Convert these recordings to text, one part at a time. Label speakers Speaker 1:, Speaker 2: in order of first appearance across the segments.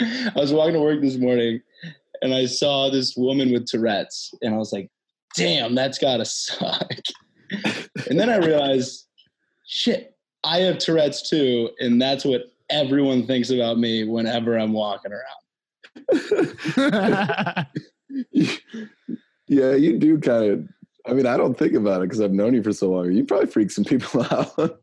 Speaker 1: I was walking to work this morning and I saw this woman with Tourette's and I was like, damn, that's gotta suck. and then I realized, shit, I have Tourette's too, and that's what everyone thinks about me whenever I'm walking around.
Speaker 2: yeah, you do kind of. I mean, I don't think about it because I've known you for so long. You probably freak some people out.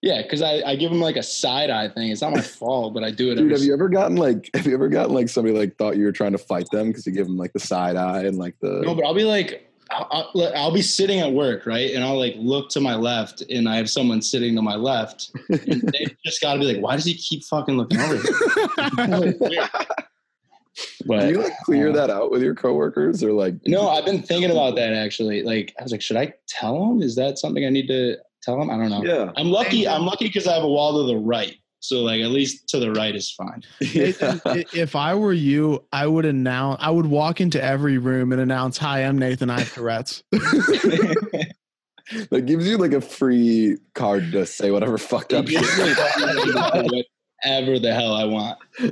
Speaker 1: yeah, because I, I give them like a side eye thing. It's not my fault, but I do it.
Speaker 2: Dude, have you ever gotten like? Have you ever gotten like somebody like thought you were trying to fight them because you give them like the side eye and like the?
Speaker 1: No, but I'll be like, I'll, I'll, I'll, be sitting at work, right? And I'll like look to my left, and I have someone sitting to my left. And they just got to be like, why does he keep fucking looking over?
Speaker 2: but, Do you like clear uh, that out with your coworkers, or like?
Speaker 1: No, I've been thinking about that actually. Like, I was like, should I tell them? Is that something I need to tell them? I don't know.
Speaker 2: Yeah,
Speaker 1: I'm lucky. I'm lucky because I have a wall to the right. So like at least to the right is fine.
Speaker 3: Yeah. if I were you, I would announce. I would walk into every room and announce, "Hi, I'm Nathan. I have Tourette's."
Speaker 2: that gives you like a free card to say whatever fucked up.
Speaker 1: whatever the hell I want. Uh,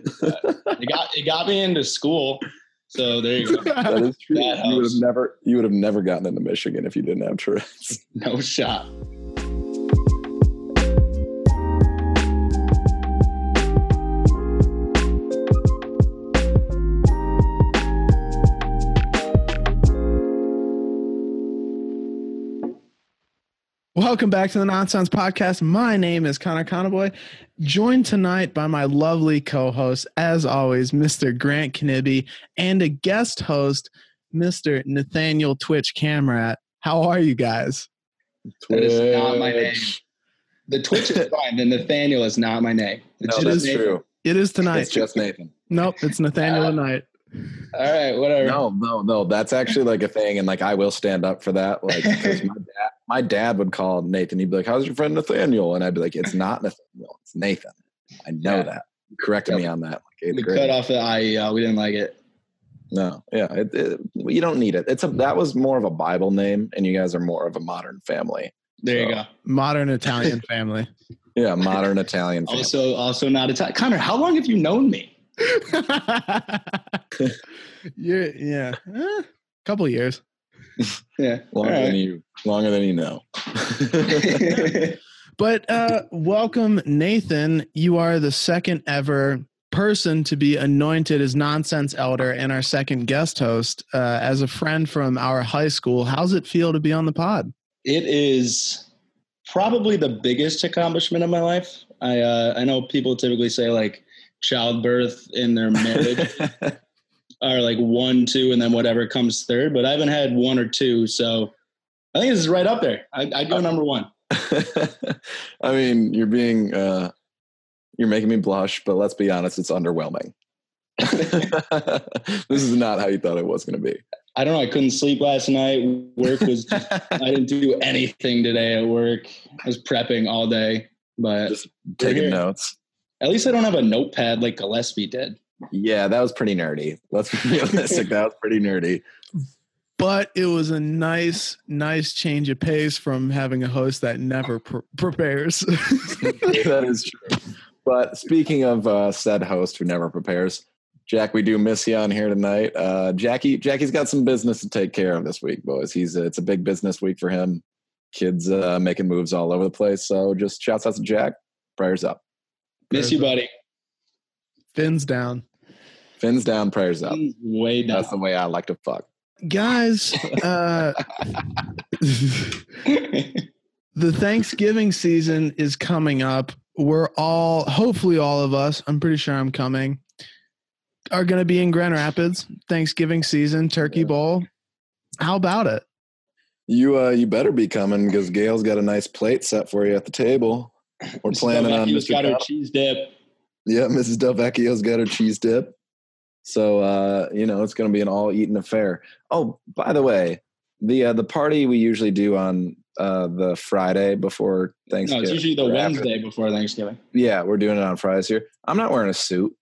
Speaker 1: it got it got me into school. So there you go.
Speaker 2: That is true. That you would have never you would have never gotten into Michigan if you didn't have Tourette's.
Speaker 1: No shot.
Speaker 3: Welcome back to the Nonsense Podcast. My name is Connor Conaboy, joined tonight by my lovely co host, as always, Mr. Grant Knibbe, and a guest host, Mr. Nathaniel Twitch Camrat. How are you guys?
Speaker 1: Twitch. That is not my name. The Twitch is fine, the Nathaniel is not my name.
Speaker 2: It's no, that's
Speaker 3: Nathan.
Speaker 2: true.
Speaker 3: It is tonight.
Speaker 2: It's just Nathan.
Speaker 3: Nope, it's Nathaniel uh, tonight.
Speaker 1: All right, whatever.
Speaker 2: No, no, no. That's actually like a thing, and like I will stand up for that. Like my dad, my dad, would call Nathan. He'd be like, "How's your friend Nathaniel?" And I'd be like, "It's not Nathaniel. It's Nathan." I know yeah. that. You corrected yeah. me on that.
Speaker 1: Like we grade. cut off the IEL. We didn't like it.
Speaker 2: No, yeah, it, it, you don't need it. It's a that was more of a Bible name, and you guys are more of a modern family.
Speaker 1: There so. you go,
Speaker 3: modern Italian family.
Speaker 2: yeah, modern Italian.
Speaker 1: Family. Also, also not Italian. Connor, how long have you known me?
Speaker 3: You're, yeah, eh, couple years.
Speaker 1: Yeah,
Speaker 2: longer right. than you, longer than you know.
Speaker 3: but uh, welcome, Nathan. You are the second ever person to be anointed as nonsense elder and our second guest host uh, as a friend from our high school. How's it feel to be on the pod?
Speaker 1: It is probably the biggest accomplishment of my life. I uh, I know people typically say like childbirth in their marriage are like one, two, and then whatever comes third. But I haven't had one or two, so I think this is right up there. I, I'd
Speaker 2: Uh,
Speaker 1: go number one.
Speaker 2: I mean, you're being uh, you're making me blush, but let's be honest, it's underwhelming. this is not how you thought it was going to be.
Speaker 1: I don't know. I couldn't sleep last night. Work was. I didn't do anything today at work. I was prepping all day, but
Speaker 2: just taking notes.
Speaker 1: At least I don't have a notepad like Gillespie did.
Speaker 2: Yeah, that was pretty nerdy. Let's be realistic. that was pretty nerdy.
Speaker 3: But it was a nice, nice change of pace from having a host that never pr- prepares.
Speaker 2: that is true. But speaking of uh, said host who never prepares, Jack, we do miss you on here tonight. Uh, Jackie, Jackie's got some business to take care of this week, boys. He's uh, it's a big business week for him. Kids uh, making moves all over the place. So just shouts out to Jack. Prayers up.
Speaker 1: Miss you, buddy.
Speaker 3: Fins down.
Speaker 2: Fins down, prayers up.
Speaker 1: Way down.
Speaker 2: That's the way I like to fuck.
Speaker 3: Guys, uh, the Thanksgiving season is coming up. We're all, hopefully, all of us, I'm pretty sure I'm coming, are going to be in Grand Rapids. Thanksgiving season, Turkey yeah. Bowl. How about it?
Speaker 2: You uh, you better be coming because Gail's got a nice plate set for you at the table. We're planning on
Speaker 1: Mr. got her cheese dip.
Speaker 2: Yeah, Mrs. Delvecchio's got her cheese dip. So uh, you know it's going to be an all-eaten affair. Oh, by the way, the uh, the party we usually do on uh, the Friday before Thanksgiving.
Speaker 1: No, it's usually the Wednesday after. before Thanksgiving.
Speaker 2: Yeah, we're doing it on Fridays here. I'm not wearing a suit.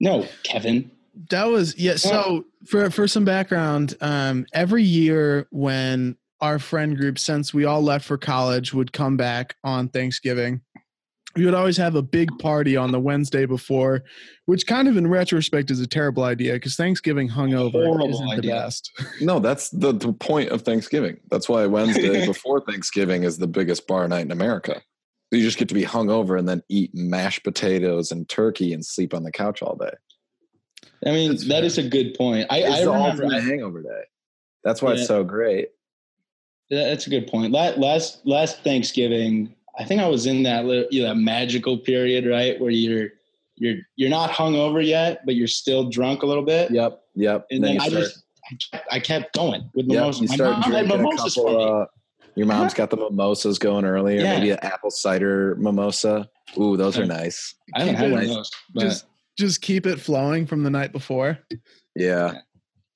Speaker 1: No, Kevin.
Speaker 3: That was yeah. So for for some background, um, every year when our friend group since we all left for college would come back on Thanksgiving. we would always have a big party on the Wednesday before, which kind of in retrospect is a terrible idea because Thanksgiving hungover
Speaker 1: Horrible
Speaker 3: isn't the
Speaker 1: idea.
Speaker 3: best.
Speaker 2: No, that's the, the point of Thanksgiving. That's why Wednesday before Thanksgiving is the biggest bar night in America. You just get to be hungover and then eat mashed potatoes and turkey and sleep on the couch all day.
Speaker 1: I mean,
Speaker 3: That's
Speaker 1: that
Speaker 3: fair.
Speaker 1: is a good point. I,
Speaker 2: It's
Speaker 1: I
Speaker 2: the
Speaker 1: remember.
Speaker 2: ultimate hangover day. That's why
Speaker 1: Yeah.
Speaker 2: it's so great.
Speaker 1: Yeah, That's a good point. Last last, last Thanksgiving, I think I was in that li- you know, that magical period, right, where you're you're you're not hungover yet, but you're still drunk a little bit.
Speaker 2: Yep, yep.
Speaker 1: And then, I
Speaker 2: start-
Speaker 1: just I kept, I kept going with
Speaker 2: Yep,
Speaker 1: mimosas.
Speaker 2: you
Speaker 1: My
Speaker 2: start
Speaker 1: mom had
Speaker 2: drinking a
Speaker 1: mimosas
Speaker 2: couple,
Speaker 1: for me.
Speaker 2: uh, your mom's got the mimosas going early, or
Speaker 1: Yeah.
Speaker 2: maybe an apple cider mimosa. Ooh, those are nice.
Speaker 1: I haven't
Speaker 3: keep
Speaker 1: had
Speaker 3: it
Speaker 1: one of
Speaker 2: nice.
Speaker 1: those. But,
Speaker 3: Just just keep it flowing from the night before.
Speaker 2: Yeah.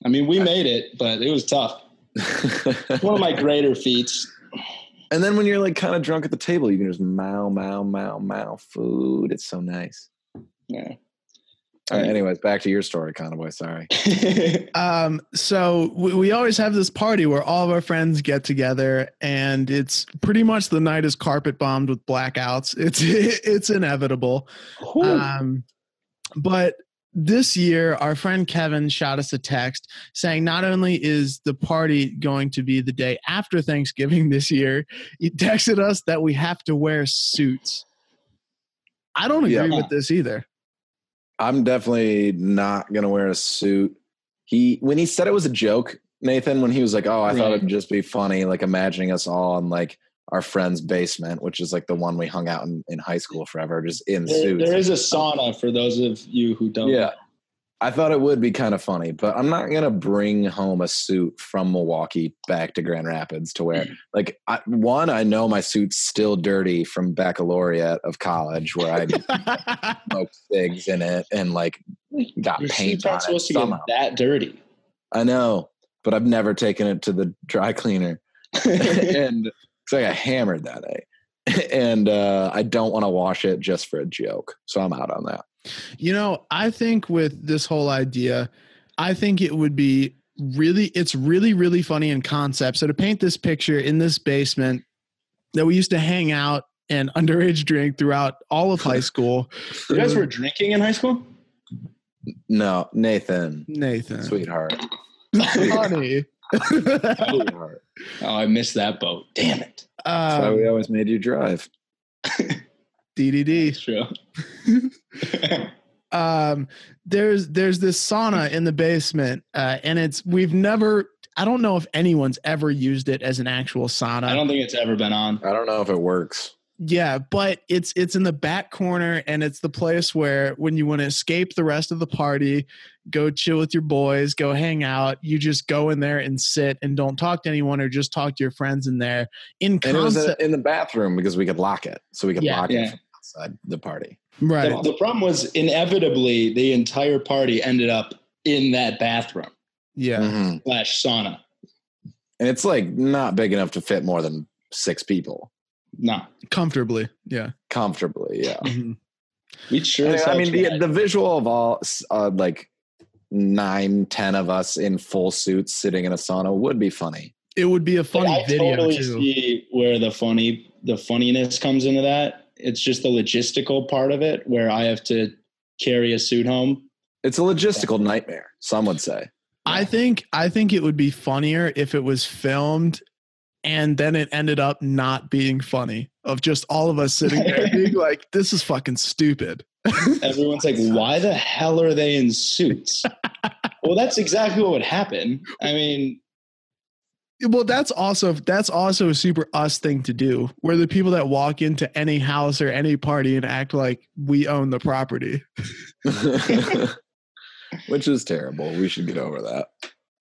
Speaker 1: I mean, we made it, but it was tough. One of my greater feats.
Speaker 2: and then when you're like kind of drunk at the table, you can just mow, mow, mow, mow food. It's so nice.
Speaker 1: Yeah.
Speaker 2: All right. Anyways, back to your story, Conaway. Sorry.
Speaker 3: Um, so we, we always have this party where all of our friends get together, and it's pretty much the night is carpet bombed with blackouts. It's it's inevitable.
Speaker 1: Whew.
Speaker 2: Uh,
Speaker 3: Um, but this year, our friend Kevin shot us a text saying not only is the party going to be the day after Thanksgiving this year, he texted us that we have to wear suits. I don't agree
Speaker 2: Yeah.
Speaker 3: with this either.
Speaker 2: I'm definitely not gonna wear a suit. He when he said it was a joke, Nathan, when he was like, "Oh, I thought
Speaker 1: Right.
Speaker 2: it'd just be funny," like imagining us all in like our friend's basement, which is like the one we hung out in in high school forever, just in
Speaker 1: there,
Speaker 2: suits.
Speaker 1: there is a sauna for those of you who don't.
Speaker 2: yeah, I thought it would be kind of funny, but I'm not gonna bring home a suit from Milwaukee back to Grand Rapids to wear. Like, I, one, I know my suit's still dirty from baccalaureate of college, where I smoked cigs in it and like got
Speaker 1: Your
Speaker 2: paint
Speaker 1: suits
Speaker 2: on
Speaker 1: aren't
Speaker 2: it
Speaker 1: supposed to get
Speaker 2: somehow.
Speaker 1: that dirty.
Speaker 2: I know, but I've never taken it to the dry cleaner. and so I got hammered that day. And uh, I don't want to wash it just for a joke. So I'm out on that.
Speaker 3: You know, I think with this whole idea, I think it would be really, it's really, really funny in concept. So to paint this picture in this basement that we used to hang out and underage drink throughout all of high school.
Speaker 1: you guys were drinking in high school?
Speaker 2: No, Nathan,
Speaker 3: Nathan.
Speaker 2: sweetheart.
Speaker 3: Funny. Um,
Speaker 2: sweetheart.
Speaker 1: Oh, I missed that boat. Damn it.
Speaker 2: That's why
Speaker 3: um,
Speaker 2: we always made you drive.
Speaker 3: DDD.
Speaker 1: It's true.
Speaker 3: um there's there's this sauna in the basement uh and it's we've never i don't know if anyone's ever used it as an actual sauna
Speaker 1: I don't think it's ever been on.
Speaker 2: I don't know if it works.
Speaker 3: Yeah, but it's it's in the back corner and it's the place where when you want to escape the rest of the party, go chill with your boys, go hang out, you just go in there and sit and don't talk to anyone or just talk to your friends in there. In
Speaker 2: And it was in,
Speaker 3: concept,
Speaker 2: in the bathroom because we could lock it. So we could
Speaker 3: Yeah.
Speaker 2: lock
Speaker 1: Yeah.
Speaker 2: it from outside the party.
Speaker 3: right.
Speaker 1: The, the problem was inevitably the entire party ended up in that bathroom
Speaker 3: Yeah.
Speaker 2: Mhm.
Speaker 1: slash sauna.
Speaker 2: And it's like not big enough to fit more than six people
Speaker 1: No,
Speaker 3: Comfortably. Yeah.
Speaker 2: comfortably. Yeah.
Speaker 3: Mhm.
Speaker 1: we sure. as
Speaker 2: I,
Speaker 1: hell
Speaker 2: mean, the,
Speaker 1: tried.
Speaker 2: the visual of all uh, like nine, ten of us in full suits sitting in a sauna would be funny.
Speaker 3: It would be a
Speaker 1: But
Speaker 3: funny
Speaker 1: I
Speaker 3: video
Speaker 1: totally
Speaker 3: too.
Speaker 1: see where the funny the funniness comes into that. It's just the logistical part of it where I have to carry a suit home.
Speaker 2: It's a logistical nightmare, some would say.
Speaker 3: I think I think it would be funnier if it was filmed and then it ended up not being funny of just all of us sitting there being like this is fucking stupid.
Speaker 1: Everyone's like, "Why the hell are they in suits?" well, that's exactly what would happen. I mean,
Speaker 3: Well, that's also that's also a super us thing to do, where the people that walk into any house or any party and act like we own the property.
Speaker 2: Which is terrible. We should get over that.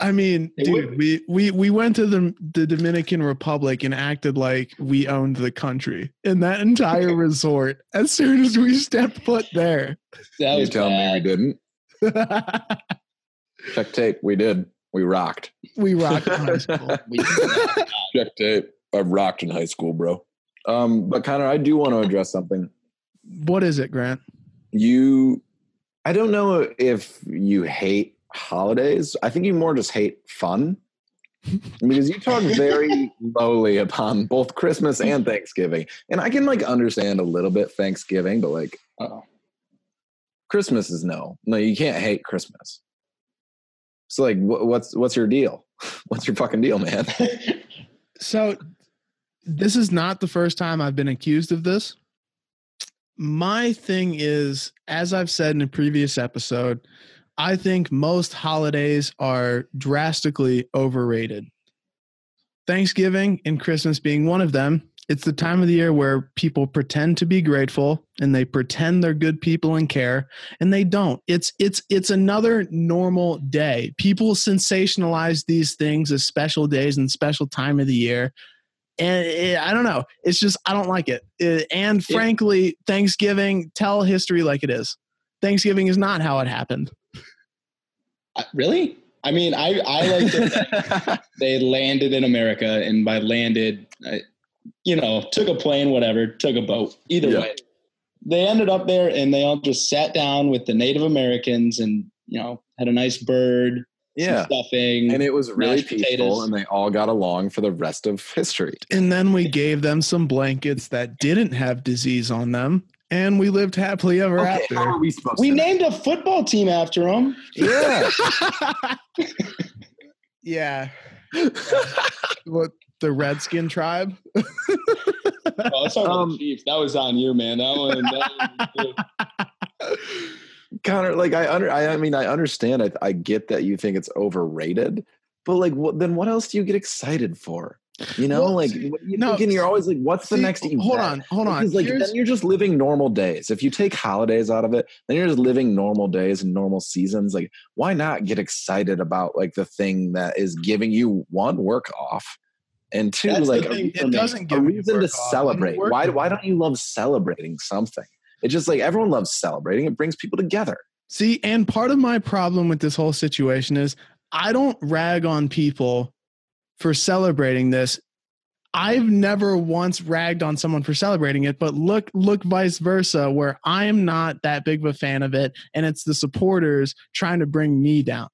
Speaker 3: I mean,
Speaker 1: It
Speaker 3: dude,
Speaker 1: would.
Speaker 3: we we we went to the the Dominican Republic and acted like we owned the country and that entire resort as soon as we stepped foot there.
Speaker 1: that
Speaker 2: you
Speaker 1: was
Speaker 2: tell me we
Speaker 1: bad.
Speaker 2: didn't. Check tape. We did. We rocked.
Speaker 3: we rocked high school.
Speaker 1: We did.
Speaker 2: Check tape. I rocked in high school, bro. Um, but Connor, I do want to address something.
Speaker 3: What is it, Grant?
Speaker 2: you i don't know if you hate holidays i think you more just hate fun because you talk very lowly upon both Christmas and Thanksgiving. And I can like understand a little bit Thanksgiving, but like
Speaker 1: Oh,
Speaker 2: Christmas is no. No, you can't hate Christmas. So like wh- what's what's your deal? What's your fucking deal, man?
Speaker 3: So, this is not the first time I've been accused of this. My thing is, as I've said in a previous episode, I think most holidays are drastically overrated. Thanksgiving and Christmas being one of them. It's the time of the year where people pretend to be grateful and they pretend they're good people and care and they don't. It's it's it's another normal day. People sensationalize these things as special days and special time of the year. And it, I don't know. It's just I don't like it. Uh, and
Speaker 2: Yeah.
Speaker 3: frankly, Thanksgiving tell history like it is. Thanksgiving is not how it happened.
Speaker 1: I- really? I mean, I I like to they landed in America, and by landed, I, you know, took a plane, whatever, took a boat, either
Speaker 2: Yeah.
Speaker 1: way. They ended up there and they all just sat down with the Native Americans and, you know, had a nice bird, some
Speaker 2: yeah.
Speaker 1: stuffing.
Speaker 2: And it was really
Speaker 1: Mashed
Speaker 2: peaceful
Speaker 1: potatoes.
Speaker 2: and they all got along for the rest of history.
Speaker 3: And then we gave them some blankets that didn't have disease on them, and we lived happily ever after.
Speaker 2: we supposed
Speaker 1: we named a football team after them.
Speaker 2: Yeah.
Speaker 3: yeah, what the Redskin tribe?
Speaker 1: Oh, let's talk about
Speaker 2: Um,
Speaker 1: the Chiefs. That was on you, man. That one. That one
Speaker 2: Connor, like I under, I, I mean, I understand. I, I get that you think it's overrated, but like, what, then what else do you get excited for? You know,
Speaker 3: Well,
Speaker 2: like
Speaker 3: see,
Speaker 2: what are you
Speaker 3: no,
Speaker 2: thinking? You're always like, what's the
Speaker 3: See,
Speaker 2: next? event?
Speaker 3: Hold on, hold on.
Speaker 2: Because like
Speaker 3: Here's-
Speaker 2: then you're just living normal days. If you take holidays out of it, then you're just living normal days and normal seasons. Like, why not get excited about like the thing that is giving you one work off, and two
Speaker 1: That's the
Speaker 2: like a
Speaker 1: thing,
Speaker 3: it doesn't
Speaker 2: a
Speaker 3: give me
Speaker 2: reason
Speaker 3: work
Speaker 2: to
Speaker 3: off. I'm
Speaker 2: celebrate.
Speaker 3: working.
Speaker 2: Why why don't you love celebrating something? It's just like everyone loves celebrating. It brings people together.
Speaker 3: See, and part of my problem with this whole situation is I don't rag on people for celebrating this. I've never once ragged on someone for celebrating it, but look, look vice versa, where I'm not that big of a fan of it, and it's the supporters trying to bring me down.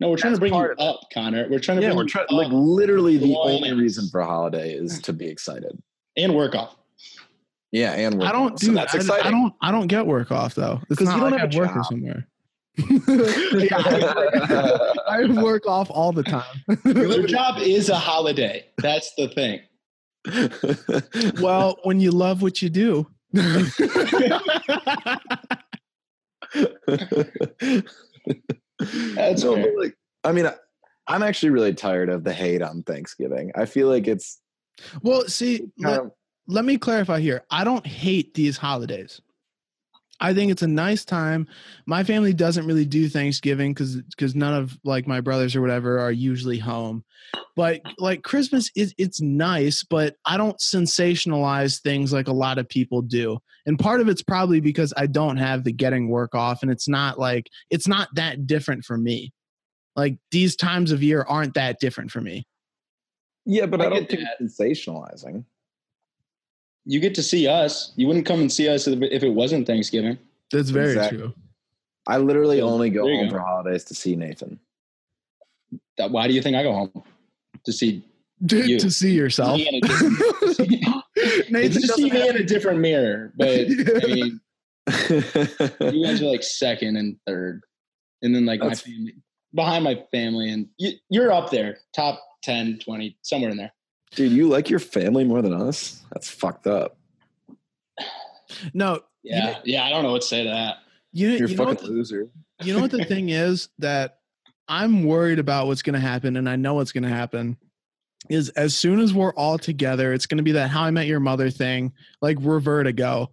Speaker 1: no, we're trying
Speaker 2: That's
Speaker 1: to bring you
Speaker 2: part of it.
Speaker 1: up, Connor. We're trying to
Speaker 2: Yeah,
Speaker 1: bring
Speaker 2: we're
Speaker 1: you
Speaker 2: trying
Speaker 1: up
Speaker 2: like literally the
Speaker 1: Why?
Speaker 2: only reason for a holiday is to be excited.
Speaker 1: and work off.
Speaker 2: Yeah, and we're
Speaker 3: I don't
Speaker 2: so
Speaker 3: do
Speaker 2: that's
Speaker 3: I-
Speaker 2: exciting.
Speaker 3: I don't I don't get work off though. It's
Speaker 2: 'Cause
Speaker 3: not
Speaker 2: you don't
Speaker 3: like
Speaker 2: have
Speaker 3: I
Speaker 2: a
Speaker 3: work or
Speaker 2: job.
Speaker 3: somewhere. yeah, I work- I work off all the time.
Speaker 1: Your job is a holiday. That's the thing.
Speaker 3: well, when you love what you do.
Speaker 1: That's
Speaker 2: no,
Speaker 1: fair.
Speaker 2: but like, I mean, I, I'm actually really tired of the hate on Thanksgiving. I feel like it's
Speaker 3: Well, see,
Speaker 2: kind
Speaker 3: let,
Speaker 2: of
Speaker 3: let me clarify here. I don't hate these holidays. I think it's a nice time. My family doesn't really do Thanksgiving because none of like my brothers or whatever are usually home. But like Christmas is it's nice, but I don't sensationalize things like a lot of people do. And part of it's probably because I don't have the getting work off and it's not like it's not that different for me. Like these times of year aren't that different for me.
Speaker 2: yeah, but I,
Speaker 1: I
Speaker 2: don't
Speaker 1: get
Speaker 2: think it's sensationalizing.
Speaker 1: You get to see us. You wouldn't come and see us if if it wasn't Thanksgiving.
Speaker 3: That's very
Speaker 2: Exactly.
Speaker 3: true.
Speaker 2: I literally
Speaker 1: Yeah,
Speaker 2: only go
Speaker 1: there you
Speaker 2: home
Speaker 1: go.
Speaker 2: for holidays to see Nathan.
Speaker 1: That- Why do you think I go home to see
Speaker 3: To-
Speaker 1: You.
Speaker 3: to see yourself.
Speaker 1: me in a different,
Speaker 3: Nathan
Speaker 1: just see
Speaker 3: doesn't
Speaker 1: me
Speaker 3: have-
Speaker 1: in a different mirror? But I mean, you guys
Speaker 2: yeah,
Speaker 1: are like second and third, and then like
Speaker 2: That's-
Speaker 1: my family behind my family, and you, you're up there, top 10, 20, somewhere in there.
Speaker 2: dude, you like your family more than us? That's fucked up.
Speaker 3: no, You
Speaker 1: Yeah, yeah. I don't know what to say to that.
Speaker 3: you,
Speaker 2: You're a
Speaker 3: you, know
Speaker 2: fucking
Speaker 3: what the,
Speaker 2: loser.
Speaker 3: you know what the thing is that I'm worried about what's going to happen, and I know what's going to happen. Is as soon as we're all together, it's going to be that How I Met Your Mother thing, like we're vertigo,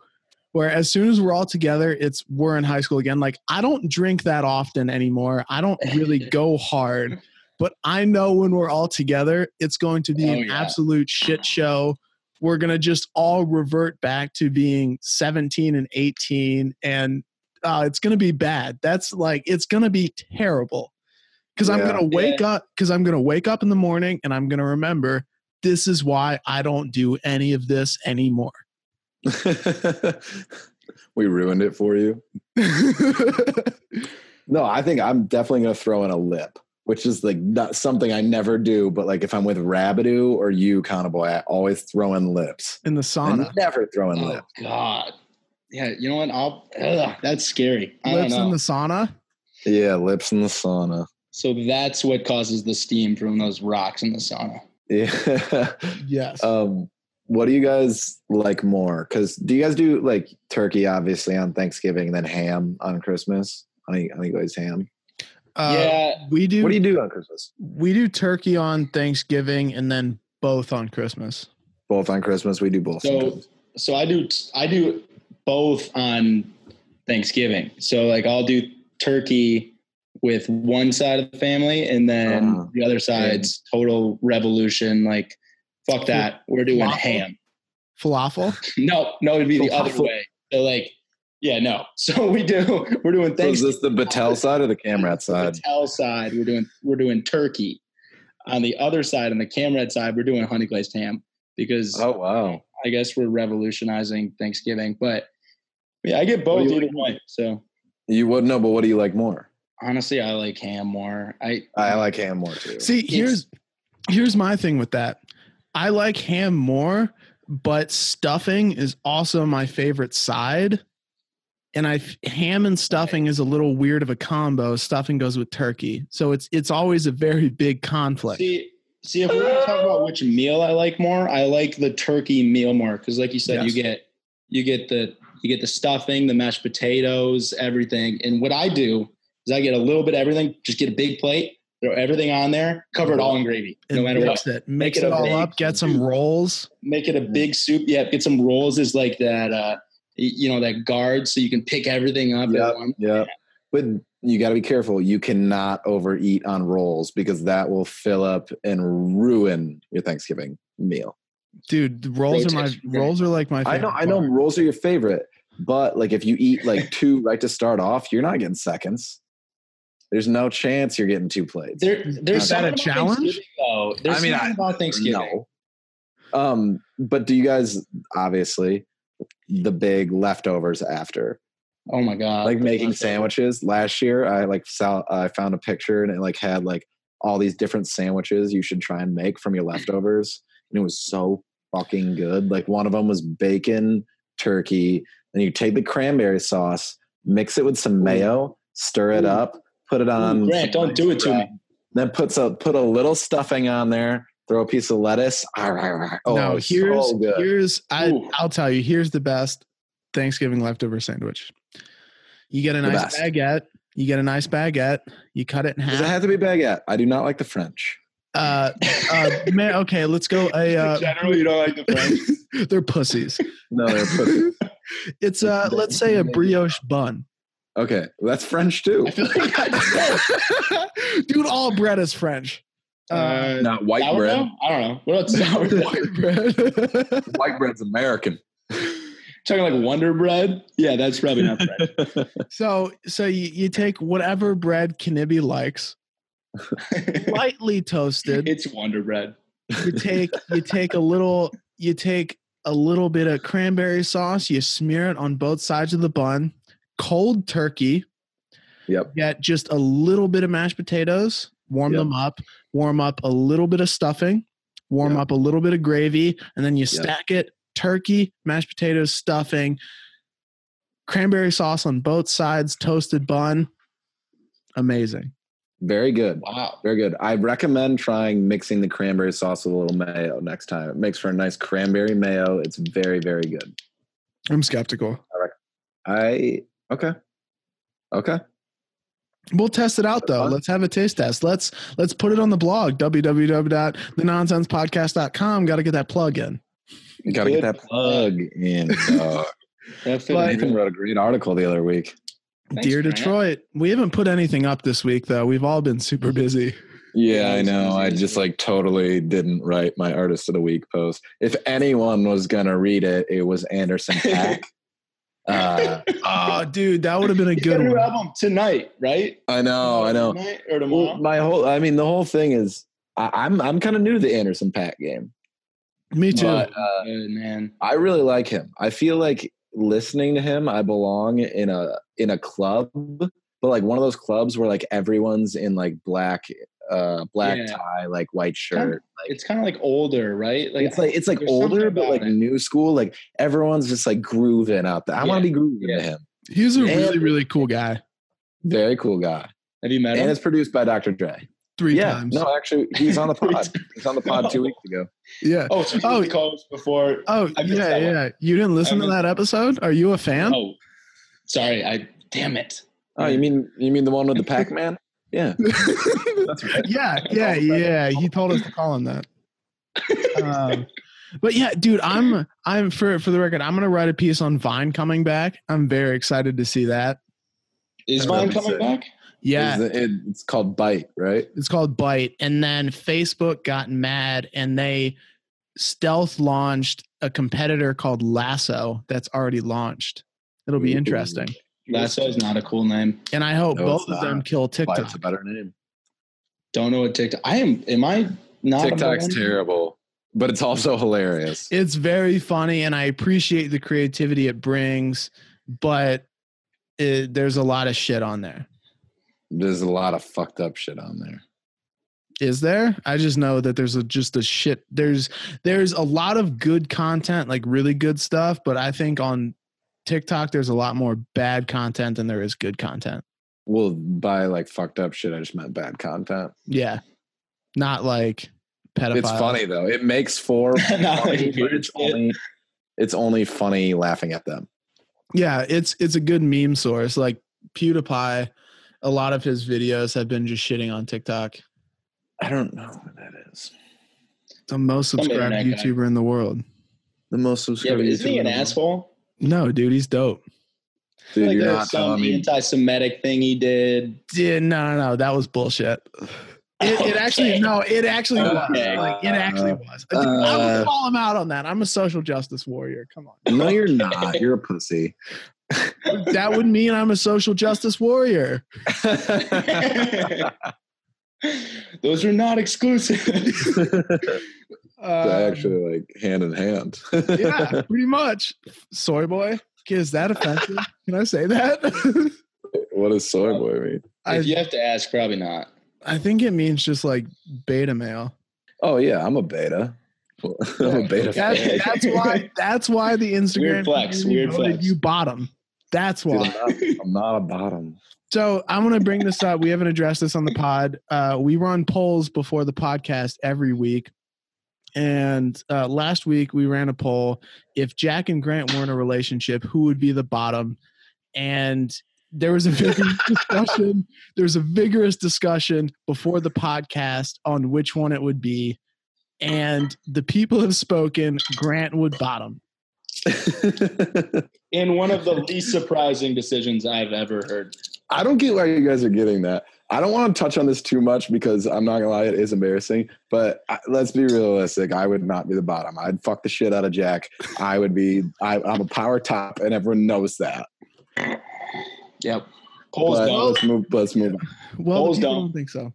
Speaker 3: where as soon as we're all together, it's we're in high school again. Like, I don't drink that often anymore. I don't really go hard, but I know when we're all together, it's going to be
Speaker 1: Oh,
Speaker 3: an
Speaker 1: yeah.
Speaker 3: absolute shit show. We're going to just all revert back to being 17 and 18 and uh, it's gonna be bad. That's like it's gonna be terrible. Because I'm
Speaker 2: Yeah.
Speaker 3: gonna wake up. Because I'm gonna wake up in the morning and I'm gonna remember this is why I don't do any of this anymore.
Speaker 2: we ruined it for you.
Speaker 3: yeah,
Speaker 2: No, I think I'm definitely going to throw in a lip, which is like not something I never do. But like if I'm with Rabidu or you, Conaboy, I always throw in lips.
Speaker 3: in the
Speaker 2: I
Speaker 3: sauna.
Speaker 2: never throw in
Speaker 1: Oh
Speaker 2: lips.
Speaker 1: God. Yeah, you know what? I'll. Ugh, that's scary. I don't
Speaker 3: Lips
Speaker 1: know.
Speaker 3: in the sauna.
Speaker 2: Yeah, lips in the sauna.
Speaker 1: so that's what causes the steam from those rocks in the sauna.
Speaker 2: Yeah.
Speaker 3: Yes.
Speaker 2: um, what do you guys like more? Because do you guys do like turkey, obviously, on Thanksgiving, and then ham on Christmas? Honey, honey glazed ham.
Speaker 3: Uh,
Speaker 1: yeah.
Speaker 3: We do,
Speaker 2: What do you do on Christmas?
Speaker 3: we do turkey on Thanksgiving and then both on Christmas.
Speaker 2: Both on Christmas, we do both.
Speaker 1: So
Speaker 2: sometimes.
Speaker 1: so I do t- I do both on Thanksgiving. So like I'll do turkey with one side of the family, and then
Speaker 2: Uh-huh.
Speaker 1: the other side's total revolution. Like fuck that. We're doing
Speaker 3: Waffle?
Speaker 1: ham.
Speaker 3: Falafel.
Speaker 1: No, no, it'd be the other
Speaker 2: Waffle.
Speaker 1: way. So like, yeah, no. So we do. We're doing
Speaker 2: So is
Speaker 1: Thanksgiving.
Speaker 2: this the Battelle side or the Camrat
Speaker 1: on
Speaker 2: side?
Speaker 1: the Patel side, we're doing we're doing turkey. On the other side, on the Camrad side, we're doing honey glazed ham because
Speaker 2: Oh wow!
Speaker 1: I guess we're revolutionizing Thanksgiving. But yeah, I get both
Speaker 2: What do you
Speaker 1: either way. So
Speaker 2: You would know, but what do you like more?
Speaker 1: honestly, I like ham more. I
Speaker 2: I like ham more too.
Speaker 3: See, here's here's my thing with that. I like ham more, but stuffing is also my favorite side. And I f- ham and stuffing is a little weird of a combo. Stuffing goes with turkey, so it's it's always a very big conflict.
Speaker 1: see see if we want to talk about which meal I like more. I like the turkey meal more because, like you said,
Speaker 3: Yes.
Speaker 1: you get you get the you get the stuffing, the mashed potatoes, everything. And what I do is I get a little bit of everything. Just get a big plate, throw everything on there, cover it all in gravy,
Speaker 3: It
Speaker 1: no matter what.
Speaker 3: makes it mix
Speaker 1: it
Speaker 3: it
Speaker 1: a
Speaker 3: all
Speaker 1: big
Speaker 3: up. Get some
Speaker 1: soup.
Speaker 3: rolls.
Speaker 1: make it a big soup. Yeah, get some rolls is like that. Uh, y- you know that guard, so you can pick everything up. at
Speaker 2: Yep.
Speaker 1: once.
Speaker 2: Yeah, but you got to be careful. You cannot overeat on rolls because that will fill up and ruin your Thanksgiving meal.
Speaker 3: Dude, the rolls are my
Speaker 1: Rotates from there.
Speaker 3: rolls are like my favorite.
Speaker 2: I know, I know,
Speaker 3: part.
Speaker 2: rolls are your favorite, but like if you eat like two right to start off, you're not getting seconds. There's no chance you're getting two plates.
Speaker 1: There, there's
Speaker 3: Is that
Speaker 1: something
Speaker 3: a
Speaker 1: about
Speaker 3: challenge?
Speaker 1: Thanksgiving, Though. There's
Speaker 2: I mean,
Speaker 1: something
Speaker 2: I-
Speaker 1: about Thanksgiving.
Speaker 2: No. Um, but do you guys obviously the big leftovers after?
Speaker 1: Oh my god!
Speaker 2: like making
Speaker 1: That's-
Speaker 2: sandwiches last year i like saw i found a picture and it like had like all these different sandwiches you should try and make from
Speaker 1: Mm.
Speaker 2: your leftovers and it was so fucking good like one of them was bacon turkey and you take the cranberry sauce mix it with some mayo stir it
Speaker 1: Ooh.
Speaker 2: up put it on
Speaker 1: Ooh, Grant,
Speaker 2: some
Speaker 1: don't do it to me.
Speaker 2: bread, then put some put a little stuffing on there throw a piece of lettuce Arr, arr, arr. oh
Speaker 3: no, here's
Speaker 2: so good
Speaker 3: here's I
Speaker 1: Ooh.
Speaker 3: I'll tell you, here's the best Thanksgiving leftover sandwich. You get a
Speaker 2: The
Speaker 3: nice
Speaker 2: best.
Speaker 3: baguette. You get a nice baguette. You cut it in
Speaker 2: does it
Speaker 3: half.
Speaker 2: have to be baguette i do not like the french
Speaker 3: Uh, uh, man, okay, let's go. A, uh,
Speaker 1: Generally, you don't like the French.
Speaker 3: they're pussies.
Speaker 2: no they're pussy.
Speaker 3: It's uh, let's say a brioche bun.
Speaker 2: okay that's french too
Speaker 1: I feel like I just said,
Speaker 3: Dude, all bread is French. Uh,
Speaker 1: uh,
Speaker 2: not white
Speaker 1: sourdough?
Speaker 2: bread.
Speaker 1: I don't know. What
Speaker 2: Uh,
Speaker 1: else? Sourdough?
Speaker 3: white bread.
Speaker 2: White bread's American.
Speaker 1: Talking like Wonder Bread? Yeah, that's probably not French.
Speaker 3: so so you, you take whatever bread Kanibi likes, lightly toasted.
Speaker 1: it's Wonder Bread.
Speaker 3: you take you take a little you take a little bit of cranberry sauce you smear it on both sides of the bun cold turkey
Speaker 2: Yep.
Speaker 3: get just a little bit of mashed potatoes warm
Speaker 2: Yep.
Speaker 3: them up warm up a little bit of stuffing warm
Speaker 2: Yep.
Speaker 3: up a little bit of gravy and then you
Speaker 2: Yep.
Speaker 3: stack it turkey mashed potatoes stuffing cranberry sauce on both sides toasted bun amazing
Speaker 2: Very good.
Speaker 1: Wow.
Speaker 2: Very good. I recommend trying mixing the cranberry sauce with a little mayo next time. It makes for a nice cranberry mayo. It's very, very good.
Speaker 3: i'm skeptical
Speaker 2: I okay. Okay.
Speaker 3: We'll test it out though.
Speaker 2: Fun.
Speaker 3: Let's have a taste test. Let's let's put it on the blog www.thenonsensepodcast.com. Got to get that plug in.
Speaker 2: Gotta
Speaker 1: Good
Speaker 2: get that plug in. dog.
Speaker 1: That fit
Speaker 3: Like-
Speaker 1: in
Speaker 2: Nathan
Speaker 1: good.
Speaker 2: wrote a great article the other week.
Speaker 1: Thanks,
Speaker 3: Dear
Speaker 1: Grant.
Speaker 3: Detroit, we haven't put anything up this week though. We've all been super busy.
Speaker 2: Yeah, I know. I just like totally didn't write my artist of the week post. If anyone was gonna read it, it was Anderson Pack. uh,
Speaker 3: Oh, dude, that would have been a
Speaker 1: He's got
Speaker 3: good
Speaker 1: a new
Speaker 3: one.
Speaker 1: album tonight, right?
Speaker 2: I know, Oh, I know.
Speaker 1: Tonight or
Speaker 2: Well,
Speaker 1: tomorrow?
Speaker 2: my whole I mean the whole thing is I, I'm I'm kind of new to the Anderson Pack game.
Speaker 3: Me too.
Speaker 2: But uh,
Speaker 1: Good, man.
Speaker 2: I really like him. I feel like listening to him, I belong in a in a club, but like one of those clubs where like everyone's in like black uh, black
Speaker 1: Yeah.
Speaker 2: tie, like white shirt. Like,
Speaker 1: It's kind of like older, right?
Speaker 2: it's like it's like
Speaker 1: there's
Speaker 2: older,
Speaker 1: something
Speaker 2: but like
Speaker 1: about it.
Speaker 2: new school. Like everyone's just like grooving out there. I want to be grooving
Speaker 1: Yeah.
Speaker 2: to him.
Speaker 3: He was a
Speaker 2: And-
Speaker 3: really, really cool guy.
Speaker 2: Very cool guy,
Speaker 1: have you met
Speaker 2: and
Speaker 1: him?
Speaker 2: it's produced by Dr. Dre.
Speaker 3: Three
Speaker 2: yeah,
Speaker 3: times.
Speaker 2: no, actually, he's on the
Speaker 1: Three
Speaker 2: pod. He's on the pod two
Speaker 1: No.
Speaker 2: weeks ago.
Speaker 3: Yeah.
Speaker 1: Oh, so he
Speaker 3: Oh,
Speaker 1: was coached before.
Speaker 3: Oh,
Speaker 1: I missed
Speaker 3: yeah,
Speaker 1: that one.
Speaker 3: yeah. You didn't listen to
Speaker 1: missed-
Speaker 3: that episode? Are you a fan?
Speaker 1: Oh, sorry. I damn it.
Speaker 2: Oh, you mean you mean the one with the Pac Man? Yeah, that's right.
Speaker 3: yeah, yeah, yeah. He told us to call him that. Um, but yeah, dude, I'm I'm for for the record, I'm gonna write a piece on Vine coming back. I'm very excited to see that.
Speaker 1: Is
Speaker 3: That'd
Speaker 1: Vine
Speaker 2: be
Speaker 1: coming
Speaker 2: sick.
Speaker 1: back?
Speaker 3: Yeah,
Speaker 2: Is it- it's called Bite, right?
Speaker 3: it's called Bite, and then Facebook got mad and they stealth launched a competitor called Lasso that's already launched. It'll be
Speaker 2: Ooh.
Speaker 3: interesting,
Speaker 1: Lasso is not a cool name.
Speaker 3: and I hope
Speaker 2: No,
Speaker 3: both
Speaker 2: it's
Speaker 3: of them
Speaker 2: not.
Speaker 3: kill TikTok.
Speaker 2: Bite's a better name.
Speaker 1: Don't know what TikTok. I am. Am I not? number
Speaker 2: TikTok's
Speaker 1: one?
Speaker 2: terrible, but it's also hilarious.
Speaker 3: It's very funny, and I appreciate the creativity it brings, but it, there's a lot of shit on there.
Speaker 2: There's a lot of fucked up shit on there.
Speaker 3: Is there? I just know that there's a, just a shit. There's there's a lot of good content, like really good stuff, but I think on TikTok there's a lot more bad content than there is good content.
Speaker 2: Well, by like fucked up shit, I just meant bad content.
Speaker 3: Yeah, not like pedophiles.
Speaker 2: It's funny though. It makes for
Speaker 1: Not like
Speaker 2: funny, but
Speaker 1: weird
Speaker 2: it's
Speaker 1: shit.
Speaker 2: only it's only funny laughing at them.
Speaker 3: Yeah, it's it's a good meme source. Like PewDiePie, a lot of his videos have been just shitting on TikTok.
Speaker 2: I don't know what that is.
Speaker 3: The most
Speaker 1: Some
Speaker 3: subscribed
Speaker 1: internet guy.
Speaker 3: YouTuber in the world.
Speaker 2: The most
Speaker 1: Yeah,
Speaker 2: subscribed.
Speaker 1: but isn't he an
Speaker 2: YouTuber in the world.
Speaker 1: asshole?
Speaker 3: No, dude, he's dope.
Speaker 1: I feel
Speaker 2: Dude,
Speaker 1: like
Speaker 2: you're
Speaker 1: there's
Speaker 2: not
Speaker 1: some
Speaker 2: telling me.
Speaker 1: anti-Semitic thing he did.
Speaker 3: Yeah, no, no, no, that was bullshit. It, it actually
Speaker 1: Okay.
Speaker 3: no, it actually was.
Speaker 1: Okay.
Speaker 3: Like it actually was. I, think- I
Speaker 2: Uh,
Speaker 3: would call him out on that. I'm a social justice warrior. Come on,
Speaker 2: No, you're not. You're a pussy.
Speaker 3: that would mean I'm a social justice warrior.
Speaker 1: Those are not exclusive.
Speaker 3: Um,
Speaker 2: They're actually like hand in hand.
Speaker 3: yeah, pretty much. Soy boy, is that offensive? Can I say that?
Speaker 2: what does soy boy mean?
Speaker 1: if
Speaker 3: I
Speaker 1: you have to ask, probably not.
Speaker 3: I think it means just like beta male.
Speaker 2: Oh yeah, I'm a beta. I'm a beta.
Speaker 3: That's,
Speaker 2: fan.
Speaker 3: that's why. That's why the Instagram
Speaker 1: Weird flex,
Speaker 3: community
Speaker 1: weird
Speaker 3: voted
Speaker 1: flex.
Speaker 3: You bottom. That's
Speaker 2: Dude,
Speaker 3: why.
Speaker 2: I'm, not, I'm not a bottom.
Speaker 3: So I'm going to bring this up. We haven't addressed this on the pod. Uh, we run polls before the podcast every week. And uh, last week we ran a poll. If Jack and Grant were in a relationship, who would be the bottom? And there was a vigorous discussion. There was a vigorous discussion before the podcast on which one it would be. And the people have spoken. Grant would bottom.
Speaker 1: In one of the least surprising decisions I've ever heard.
Speaker 2: I don't get why you guys are getting that. I don't want to touch on this too much because I'm not gonna lie, it is embarrassing. But I, let's be realistic. I would not be the bottom. I'd fuck the shit out of Jack. I would be. I, I'm a power top, and everyone knows that.
Speaker 1: Yep. Polls
Speaker 2: But
Speaker 1: done.
Speaker 2: let's move. Let's move. On.
Speaker 3: Well, the
Speaker 1: Polls
Speaker 3: people
Speaker 1: don't.
Speaker 3: don't think so.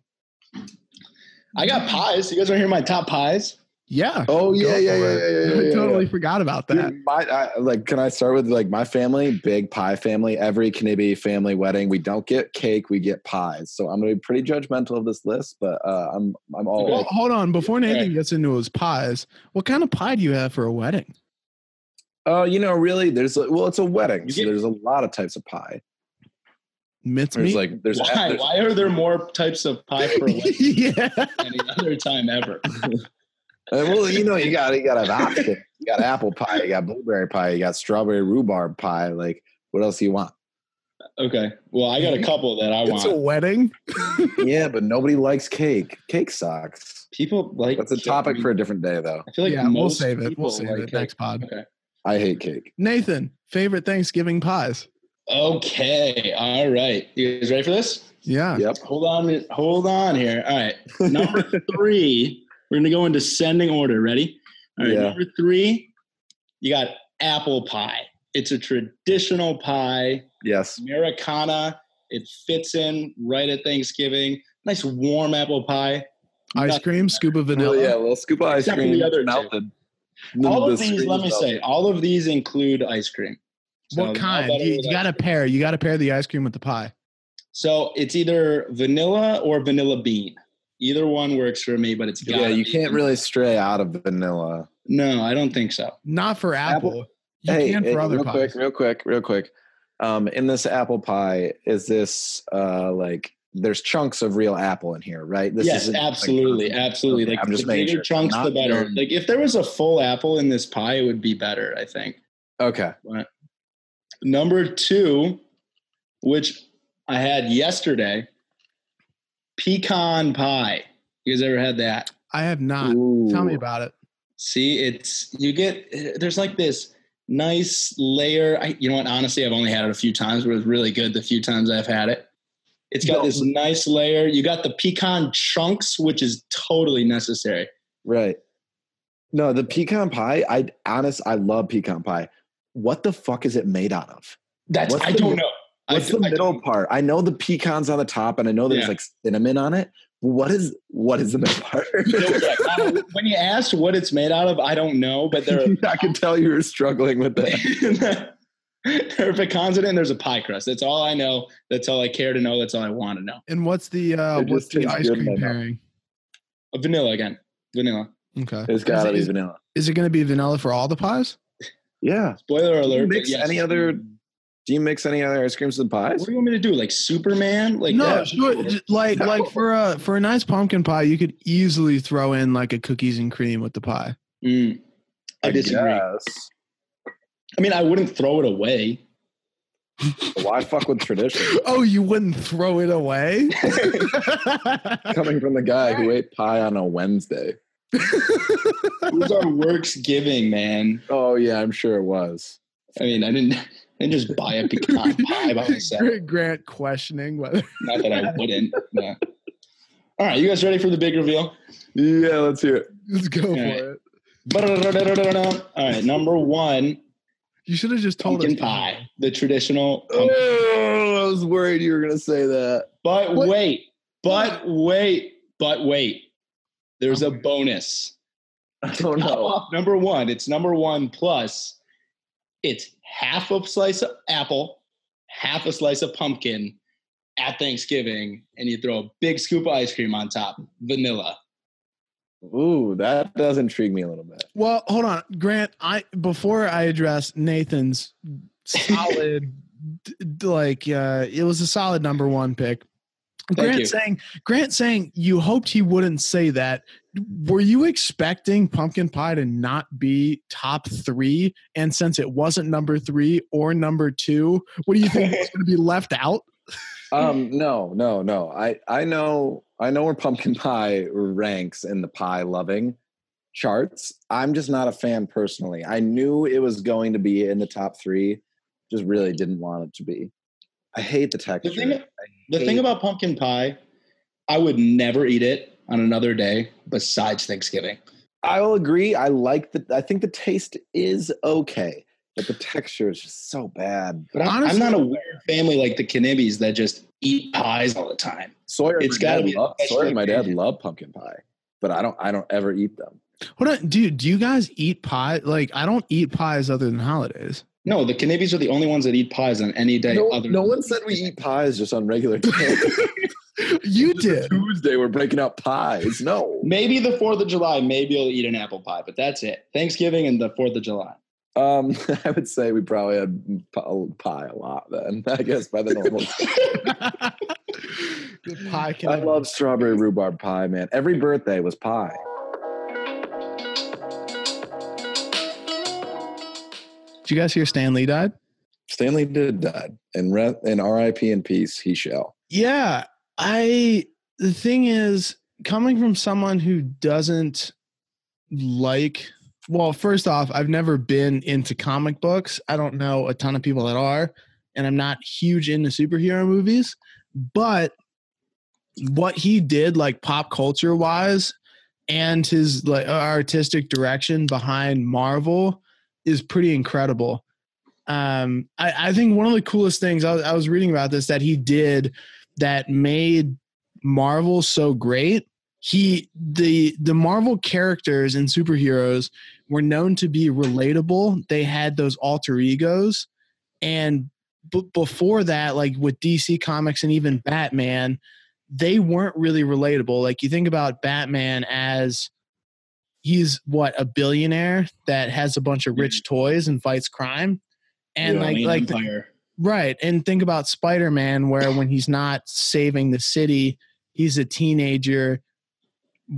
Speaker 1: I got pies. You guys want to hear my top pies?
Speaker 3: Yeah.
Speaker 2: Oh yeah, yeah,
Speaker 3: Go for
Speaker 2: yeah, yeah,
Speaker 3: it.
Speaker 2: yeah, yeah,
Speaker 3: I
Speaker 2: yeah,
Speaker 3: totally forgot about that.
Speaker 2: Dude, my, I, like, can I start with like my family? Big pie family. Every Knibi family wedding, we don't get cake, we get pies. So I'm gonna be pretty judgmental of this list, but uh, I'm I'm all
Speaker 3: Well,
Speaker 2: like,
Speaker 3: Oh, hold on. Before
Speaker 1: Yeah.
Speaker 3: Nathan gets into his pies, what kind of pie do you have for a wedding?
Speaker 2: oh, you know, really? There's a, well, it's a wedding,
Speaker 1: You
Speaker 2: so
Speaker 1: get-
Speaker 2: there's a lot of types of pie.
Speaker 3: Mitts
Speaker 2: There's
Speaker 3: meat.
Speaker 2: like there's,
Speaker 1: Why?
Speaker 2: there's-
Speaker 1: Why are there more types of pie per wedding
Speaker 3: yeah.
Speaker 1: than any other time ever?
Speaker 2: uh, well, you know, you got you got an option. You got apple pie, you got blueberry pie, you got strawberry rhubarb pie. Like, what else do you want?
Speaker 1: Okay. Well, I got a couple that I
Speaker 3: It's a
Speaker 1: want.
Speaker 3: wedding.
Speaker 2: yeah, but nobody likes cake. Cake sucks.
Speaker 1: People like.
Speaker 2: That's a topic for a different day, though.
Speaker 1: I feel like
Speaker 3: yeah,
Speaker 1: most
Speaker 3: we'll save it.
Speaker 1: people
Speaker 3: We'll save
Speaker 1: like
Speaker 3: it.
Speaker 1: cake.
Speaker 3: Next pod.
Speaker 1: Okay.
Speaker 2: I hate cake.
Speaker 3: Nathan, favorite Thanksgiving pies.
Speaker 1: Okay. All right. You guys ready for this?
Speaker 3: Yeah.
Speaker 2: Yep.
Speaker 1: Hold on. Hold on here. All right. Number three. We're gonna go in descending order. Ready? All right.
Speaker 2: Yeah.
Speaker 1: Number three. You got apple pie. It's a traditional pie,
Speaker 2: Yes.
Speaker 1: Americana. It fits in right at Thanksgiving. Nice warm apple pie.
Speaker 3: Ice
Speaker 1: Nothing
Speaker 3: cream, scoop of vanilla.
Speaker 2: Well, yeah, a little scoop of ice
Speaker 1: Except for
Speaker 2: cream.
Speaker 1: the other two.
Speaker 2: melted.
Speaker 1: all
Speaker 2: The
Speaker 1: of these,
Speaker 2: screen
Speaker 1: let me
Speaker 2: melted.
Speaker 1: say, all of these include ice cream. So,
Speaker 3: What
Speaker 1: no
Speaker 3: kind?
Speaker 1: better
Speaker 3: You,
Speaker 1: than-
Speaker 3: you got to pair. You got to pair the ice cream with the pie.
Speaker 1: So it's either vanilla or vanilla bean. Either one works for me, but it's got
Speaker 2: Yeah, you can't really stray out of vanilla.
Speaker 1: No, I don't think so.
Speaker 3: Not for Apple.
Speaker 2: Apple-
Speaker 3: You
Speaker 2: hey,
Speaker 3: can
Speaker 2: hey,
Speaker 3: for other
Speaker 2: real
Speaker 3: pies.
Speaker 2: quick, real quick, real quick. Um, in this apple pie, is this uh like there's chunks of real apple in here, right? This
Speaker 1: yes,
Speaker 2: isn't, like,
Speaker 1: absolutely,
Speaker 2: um,
Speaker 1: absolutely.
Speaker 2: okay,
Speaker 1: like
Speaker 2: I'm just
Speaker 1: the
Speaker 2: making
Speaker 1: bigger
Speaker 2: sure.
Speaker 1: chunks,
Speaker 2: Not
Speaker 1: the better.
Speaker 2: done.
Speaker 1: Like if there was a full apple in this pie, it would be better. I think.
Speaker 2: Okay.
Speaker 1: Number two, which I had yesterday, pecan pie. You guys ever had that?
Speaker 3: I have
Speaker 1: Uh,
Speaker 3: not. Tell me
Speaker 2: Ooh.
Speaker 3: about it.
Speaker 1: See, it's you get there's like this nice layer. I, you know what? Honestly, I've only had it a few times, but it was really good the few times I've had it. It's got this nice layer. You got the pecan chunks, which is totally necessary.
Speaker 2: Right. No, the pecan pie. I honest, I love pecan pie. What the fuck is it made out of?
Speaker 1: That's
Speaker 2: What's
Speaker 1: I
Speaker 2: the-
Speaker 1: don't know. I-
Speaker 2: What's the
Speaker 1: I-
Speaker 2: middle part? I know the pecans on the top, and I know there's
Speaker 1: Yeah.
Speaker 2: like cinnamon on it. What is what is the middle part?
Speaker 1: Yeah, when you asked what it's made out of, I don't know, but there are,
Speaker 2: I could tell you were struggling with that.
Speaker 1: there are pecans in it and there's a pie crust. That's all I know. That's all I care to know. That's all I want to know.
Speaker 3: And what's the uh,
Speaker 2: It
Speaker 3: what's
Speaker 2: just
Speaker 3: the
Speaker 2: tastes
Speaker 3: ice
Speaker 2: good in my
Speaker 3: cream
Speaker 2: mouth.
Speaker 3: pairing?
Speaker 1: vanilla again. Vanilla.
Speaker 3: Okay.
Speaker 2: It's gotta be
Speaker 3: Is-
Speaker 2: vanilla.
Speaker 3: Is it going to be vanilla for all the pies?
Speaker 2: Yeah.
Speaker 1: Spoiler
Speaker 2: you
Speaker 1: alert. but
Speaker 2: mix
Speaker 1: yes. Mm.
Speaker 2: any other- Do you mix any other ice creams with
Speaker 1: What
Speaker 2: pies?
Speaker 1: do you want me to do? Like Superman? Like
Speaker 3: no,
Speaker 1: that?
Speaker 3: sure. j- Like
Speaker 2: No.
Speaker 3: like for a for a nice pumpkin pie, you could easily throw in like a cookies and cream with the pie.
Speaker 1: Mm. I disagree.
Speaker 2: guess.
Speaker 1: I mean, I wouldn't throw it away.
Speaker 2: Why fuck with tradition?
Speaker 3: Oh, you wouldn't throw it away?
Speaker 2: Coming from the guy who ate pie on a Wednesday.
Speaker 1: Who's our works giving, man?
Speaker 2: Oh yeah, I'm sure it was.
Speaker 1: I mean, I didn't, I didn't just buy a pecan pie by myself.
Speaker 3: Grant questioning whether
Speaker 1: Not that I wouldn't. no. All right, you guys ready for the big reveal?
Speaker 2: Yeah, let's hear it.
Speaker 3: let's go for
Speaker 1: right.
Speaker 3: it.
Speaker 1: All right, number one,
Speaker 3: You should have just told
Speaker 1: pumpkin
Speaker 3: us.
Speaker 1: pie, the traditional. pumpkin-
Speaker 2: Oh, I was worried you were gonna say that.
Speaker 1: But
Speaker 3: What?
Speaker 1: wait, but wait, but wait. There's a
Speaker 3: Okay.
Speaker 1: bonus.
Speaker 2: Oh no.
Speaker 1: Top off number one. It's number one plus. It's half a slice of apple, half a slice of pumpkin at Thanksgiving, and you throw a big scoop of ice cream on top, vanilla.
Speaker 2: Ooh, that does intrigue me a little bit.
Speaker 3: Well, hold on, Grant. I before I address Nathan's solid, d- d- like uh, it was a solid number one pick. Grant
Speaker 1: you.
Speaker 3: saying, Grant saying, you hoped he wouldn't say that. Were you expecting pumpkin pie to not be top three? And since it wasn't number three or number two, what do you think was going to be left out?
Speaker 2: Um, no, no, no. I I know I know where pumpkin pie ranks in the pie loving charts. I'm just not a fan personally. I knew it was going to be in the top three, just really didn't want it to be. I hate the texture.
Speaker 1: thing-
Speaker 2: I
Speaker 1: The thing
Speaker 2: hate-
Speaker 1: about pumpkin pie, I would never eat it on another day besides Thanksgiving.
Speaker 2: I will agree. I like the. I think the taste is okay, but the texture is just so bad.
Speaker 1: But I'm, I'm
Speaker 3: Honestly-
Speaker 1: not a weird family like the Knibbys that just eat pies all the time.
Speaker 2: Sawyer,
Speaker 1: It's
Speaker 2: it's
Speaker 1: gotta
Speaker 2: got
Speaker 1: be a
Speaker 2: Love,
Speaker 1: special
Speaker 2: Sawyer and my dad
Speaker 1: occasion.
Speaker 2: love pumpkin pie, but I don't. I don't ever eat them.
Speaker 3: Hold on, dude. Do you guys eat pie? Like, I don't eat pies other than holidays.
Speaker 1: No, the Knibbys are the only ones that eat pies on any day.
Speaker 2: No,
Speaker 1: other
Speaker 2: no
Speaker 1: than-
Speaker 2: one said we eat pies just on regular days.
Speaker 3: You
Speaker 2: It's a
Speaker 3: did.
Speaker 2: Tuesday, we're breaking out pies. No.
Speaker 1: Maybe the Fourth of July. Maybe you'll eat an apple pie, but that's it. Thanksgiving and the Fourth of July.
Speaker 2: Um, I would say we probably had p- pie a lot then, I guess, by the normal.
Speaker 3: the pie can
Speaker 2: I love strawberry rhubarb pie, man. Every birthday was pie.
Speaker 3: Did you guys hear Stan Lee died?
Speaker 2: Stanley did die, and, re- and RIP in peace, he shall.
Speaker 3: Yeah. I the thing is, coming from someone who doesn't like well, first off, I've never been into comic books. I don't know a ton of people that are, and I'm not huge into superhero movies, but what he did like pop culture wise and his like artistic direction behind Marvel is pretty incredible. Um, I, I think one of the coolest things I was, I was reading about this that he did that made Marvel so great. He the the Marvel characters and superheroes were known to be relatable. They had those alter egos, and b- before that, like with DC Comics and even Batman, they weren't really relatable. Like you think about Batman as he's what a billionaire that has a bunch of rich toys and fights crime, and
Speaker 2: Yeah,
Speaker 3: like
Speaker 1: Alien
Speaker 3: like
Speaker 1: Empire.
Speaker 3: right. And think about Spider Man, where when he's not saving the city, he's a teenager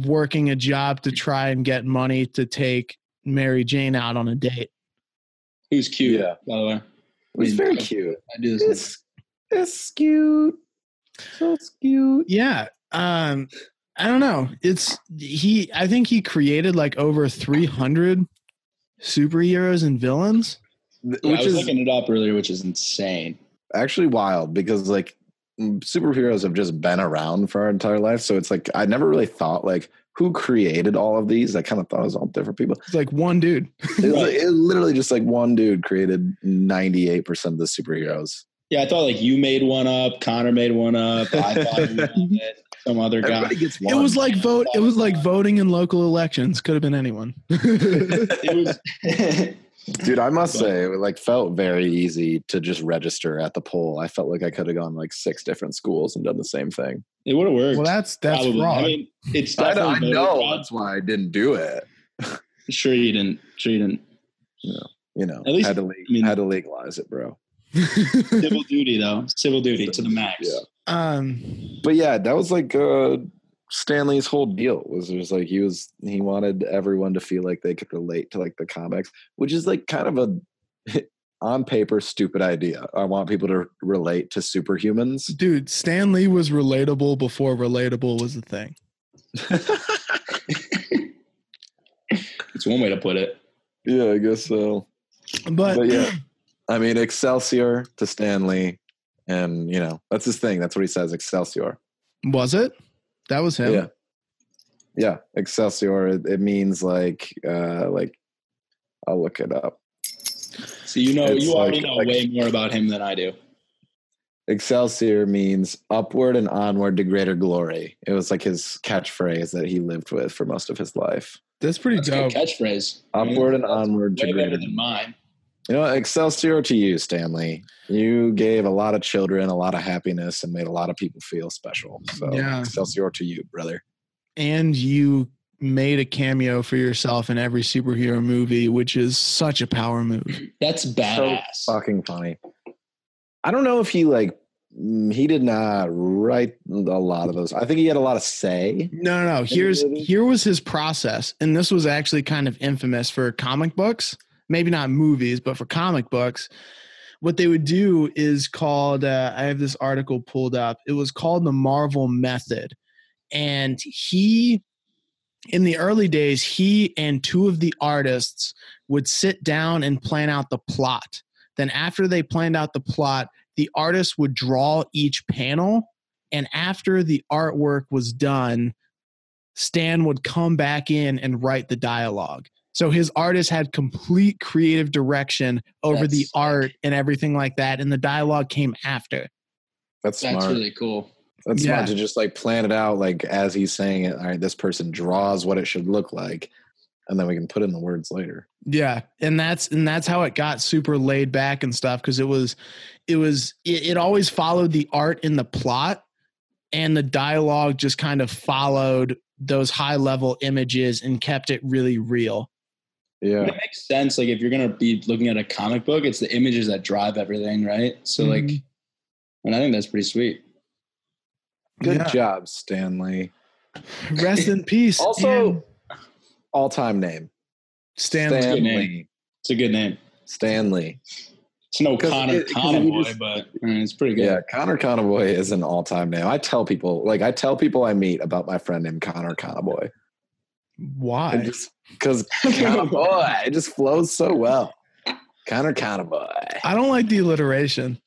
Speaker 3: working a job to try and get money to take Mary Jane out on a date.
Speaker 1: He's cute,
Speaker 2: Yeah.
Speaker 1: by the way.
Speaker 2: It's very cute.
Speaker 1: I do this.
Speaker 2: It's, it's cute. So it's cute.
Speaker 3: yeah um i don't know it's he i think he created like over 300 superheroes and villains
Speaker 2: Th-
Speaker 1: Yeah, I
Speaker 2: Which
Speaker 1: was
Speaker 2: is
Speaker 1: looking it up earlier, which is insane.
Speaker 2: actually wild because like m- superheroes have just been around for our entire life. So it's like I never really thought like who created all of these. I kind of thought it was all different people.
Speaker 3: it's like one dude
Speaker 2: It's like, it literally just like one dude created ninety eight percent of the superheroes.
Speaker 1: Yeah, I thought like you made one up, Connor made one up, I thought of it, some other guy.
Speaker 2: Everybody gets one.
Speaker 3: it was like vote it was like voting in local elections could have been anyone
Speaker 1: It was
Speaker 2: Dude, I must say, it like felt very easy to just register at the poll. I felt like I could have gone like six different schools and done the same thing.
Speaker 1: it would have worked.
Speaker 3: well that's that's
Speaker 1: probably.
Speaker 3: wrong
Speaker 1: I mean, it's
Speaker 2: I,
Speaker 1: definitely voter
Speaker 2: know
Speaker 1: fraud.
Speaker 2: that's why I didn't do it.
Speaker 1: Sure you didn't. Sure you didn't.
Speaker 2: You know,
Speaker 1: At least-
Speaker 2: had to le-
Speaker 1: I mean-
Speaker 2: had to legalize it, bro.
Speaker 1: Civil duty though. Civil duty to the max.
Speaker 2: Yeah.
Speaker 3: um
Speaker 2: But yeah, that was like uh, Stanley's whole deal was just like he was he wanted everyone to feel like they could relate to like the comics, which is like kind of a on paper stupid idea. I want people to relate to superhumans.
Speaker 3: dude stan lee was relatable before relatable was a thing
Speaker 1: It's one way to put it.
Speaker 2: yeah, I guess so.
Speaker 3: but,
Speaker 2: But yeah, I mean Excelsior to Stanley, and you know that's his thing. That's what he says. Excelsior.
Speaker 3: was it that was him
Speaker 2: Yeah. Yeah, Excelsior. It, it means like uh like I'll look it up.
Speaker 1: So you know
Speaker 2: It's
Speaker 1: you already
Speaker 2: like-
Speaker 1: know
Speaker 2: like-
Speaker 1: way more about him than I do.
Speaker 2: Excelsior means upward and onward to greater glory. It was like his catchphrase that he lived with for most of his life.
Speaker 3: that's pretty
Speaker 1: That's a
Speaker 3: dope
Speaker 1: good catchphrase.
Speaker 2: Upward and
Speaker 1: Mm, That's
Speaker 2: onward to
Speaker 1: Way better
Speaker 2: greater.
Speaker 1: than mine.
Speaker 2: You know, Excelsior to you, Stanley. You gave a lot of children a lot of happiness and made a lot of people feel special. So
Speaker 3: Yeah.
Speaker 2: Excelsior to you, brother.
Speaker 3: and you made a cameo for yourself in every superhero movie, which is such a power move.
Speaker 1: That's badass.
Speaker 2: Fucking funny. I don't know if he like mm, he did not write a lot of those. I think he had a lot of say.
Speaker 3: No, no, no. Here's
Speaker 2: movie?
Speaker 3: here was his process, and this was actually kind of infamous for comic books, maybe not movies, but for comic books. What they would do is called. Uh, I have this article pulled up. It was called the Marvel Method, and he, in the early days, he and two of the artists would sit down and plan out the plot. Then after they planned out the plot, the artist would draw each panel. And after the artwork was done, Stan would come back in and write the dialogue. So his artist had complete creative direction over
Speaker 1: That's
Speaker 3: the
Speaker 1: sick.
Speaker 3: art and everything like that. And the dialogue came after.
Speaker 2: That's smart.
Speaker 1: That's really cool.
Speaker 2: That's
Speaker 3: Yeah.
Speaker 2: smart to just like plan it out, like as he's saying it. All right, this person draws what it should look like, and then we can put in the words later.
Speaker 3: Yeah. And that's and that's how it got super laid back and stuff because it was it was it, it always followed the art in the plot and the dialogue just kind of followed those high level images and kept it really real.
Speaker 2: Yeah,
Speaker 1: It makes sense. Like if you're gonna be looking at a comic book, it's the images that drive everything, right? So like,
Speaker 3: Mhm.
Speaker 1: and I think that's pretty sweet.
Speaker 2: good
Speaker 3: Yeah.
Speaker 2: job, Stanley.
Speaker 3: Rest in peace.
Speaker 2: Also-
Speaker 3: and
Speaker 2: All time name
Speaker 3: Stanley.
Speaker 1: Stan-
Speaker 2: Stanley.
Speaker 1: It's a good name.
Speaker 2: Stanley.
Speaker 1: It's no
Speaker 2: 'Cause
Speaker 1: Connor
Speaker 2: it- 'cause if you
Speaker 1: Conavoy,
Speaker 2: just-
Speaker 1: but I mean, it's pretty good.
Speaker 2: Yeah, Connor Conavoy is an all time name. I tell people, like I tell people I meet about my friend named Connor Conavoy,
Speaker 3: Why?
Speaker 2: because Conavoy it just flows so well. Connor Conavoy.
Speaker 3: I don't like the alliteration.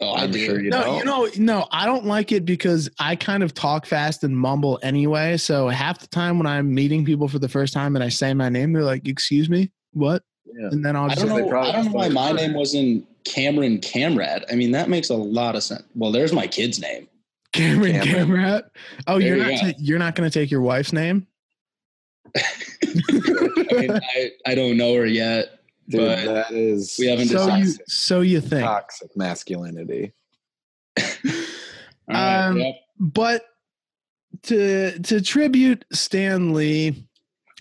Speaker 1: Oh, I
Speaker 2: I'm
Speaker 1: do.
Speaker 2: sure you
Speaker 3: no,
Speaker 2: don't.
Speaker 3: you know, no, I don't like it because I kind of talk fast and mumble anyway. So half the time when I'm meeting people for the first time and I say my name, they're like, "Excuse me, what?"
Speaker 2: Yeah.
Speaker 3: And then I'll
Speaker 1: I
Speaker 3: just
Speaker 1: don't
Speaker 2: They
Speaker 1: know.
Speaker 2: probably
Speaker 1: I don't know
Speaker 2: just
Speaker 1: why
Speaker 2: don't-
Speaker 1: my name wasn't Cameron Camrad. I mean, that makes a lot of sense. Well, there's my kid's name.
Speaker 3: Cameron
Speaker 2: Cameron.
Speaker 3: Camrat. Oh,
Speaker 1: There
Speaker 3: you're
Speaker 1: you
Speaker 3: not
Speaker 1: go.
Speaker 3: ta- you're not going to take your wife's name.
Speaker 1: I, mean, I, I don't know her yet.
Speaker 2: Dude,
Speaker 1: but
Speaker 2: that is
Speaker 1: we haven't
Speaker 3: so you
Speaker 1: decided.
Speaker 3: so you think,
Speaker 2: toxic masculinity.
Speaker 1: All right,
Speaker 3: Um,
Speaker 1: yep.
Speaker 3: but to to tribute Stan Lee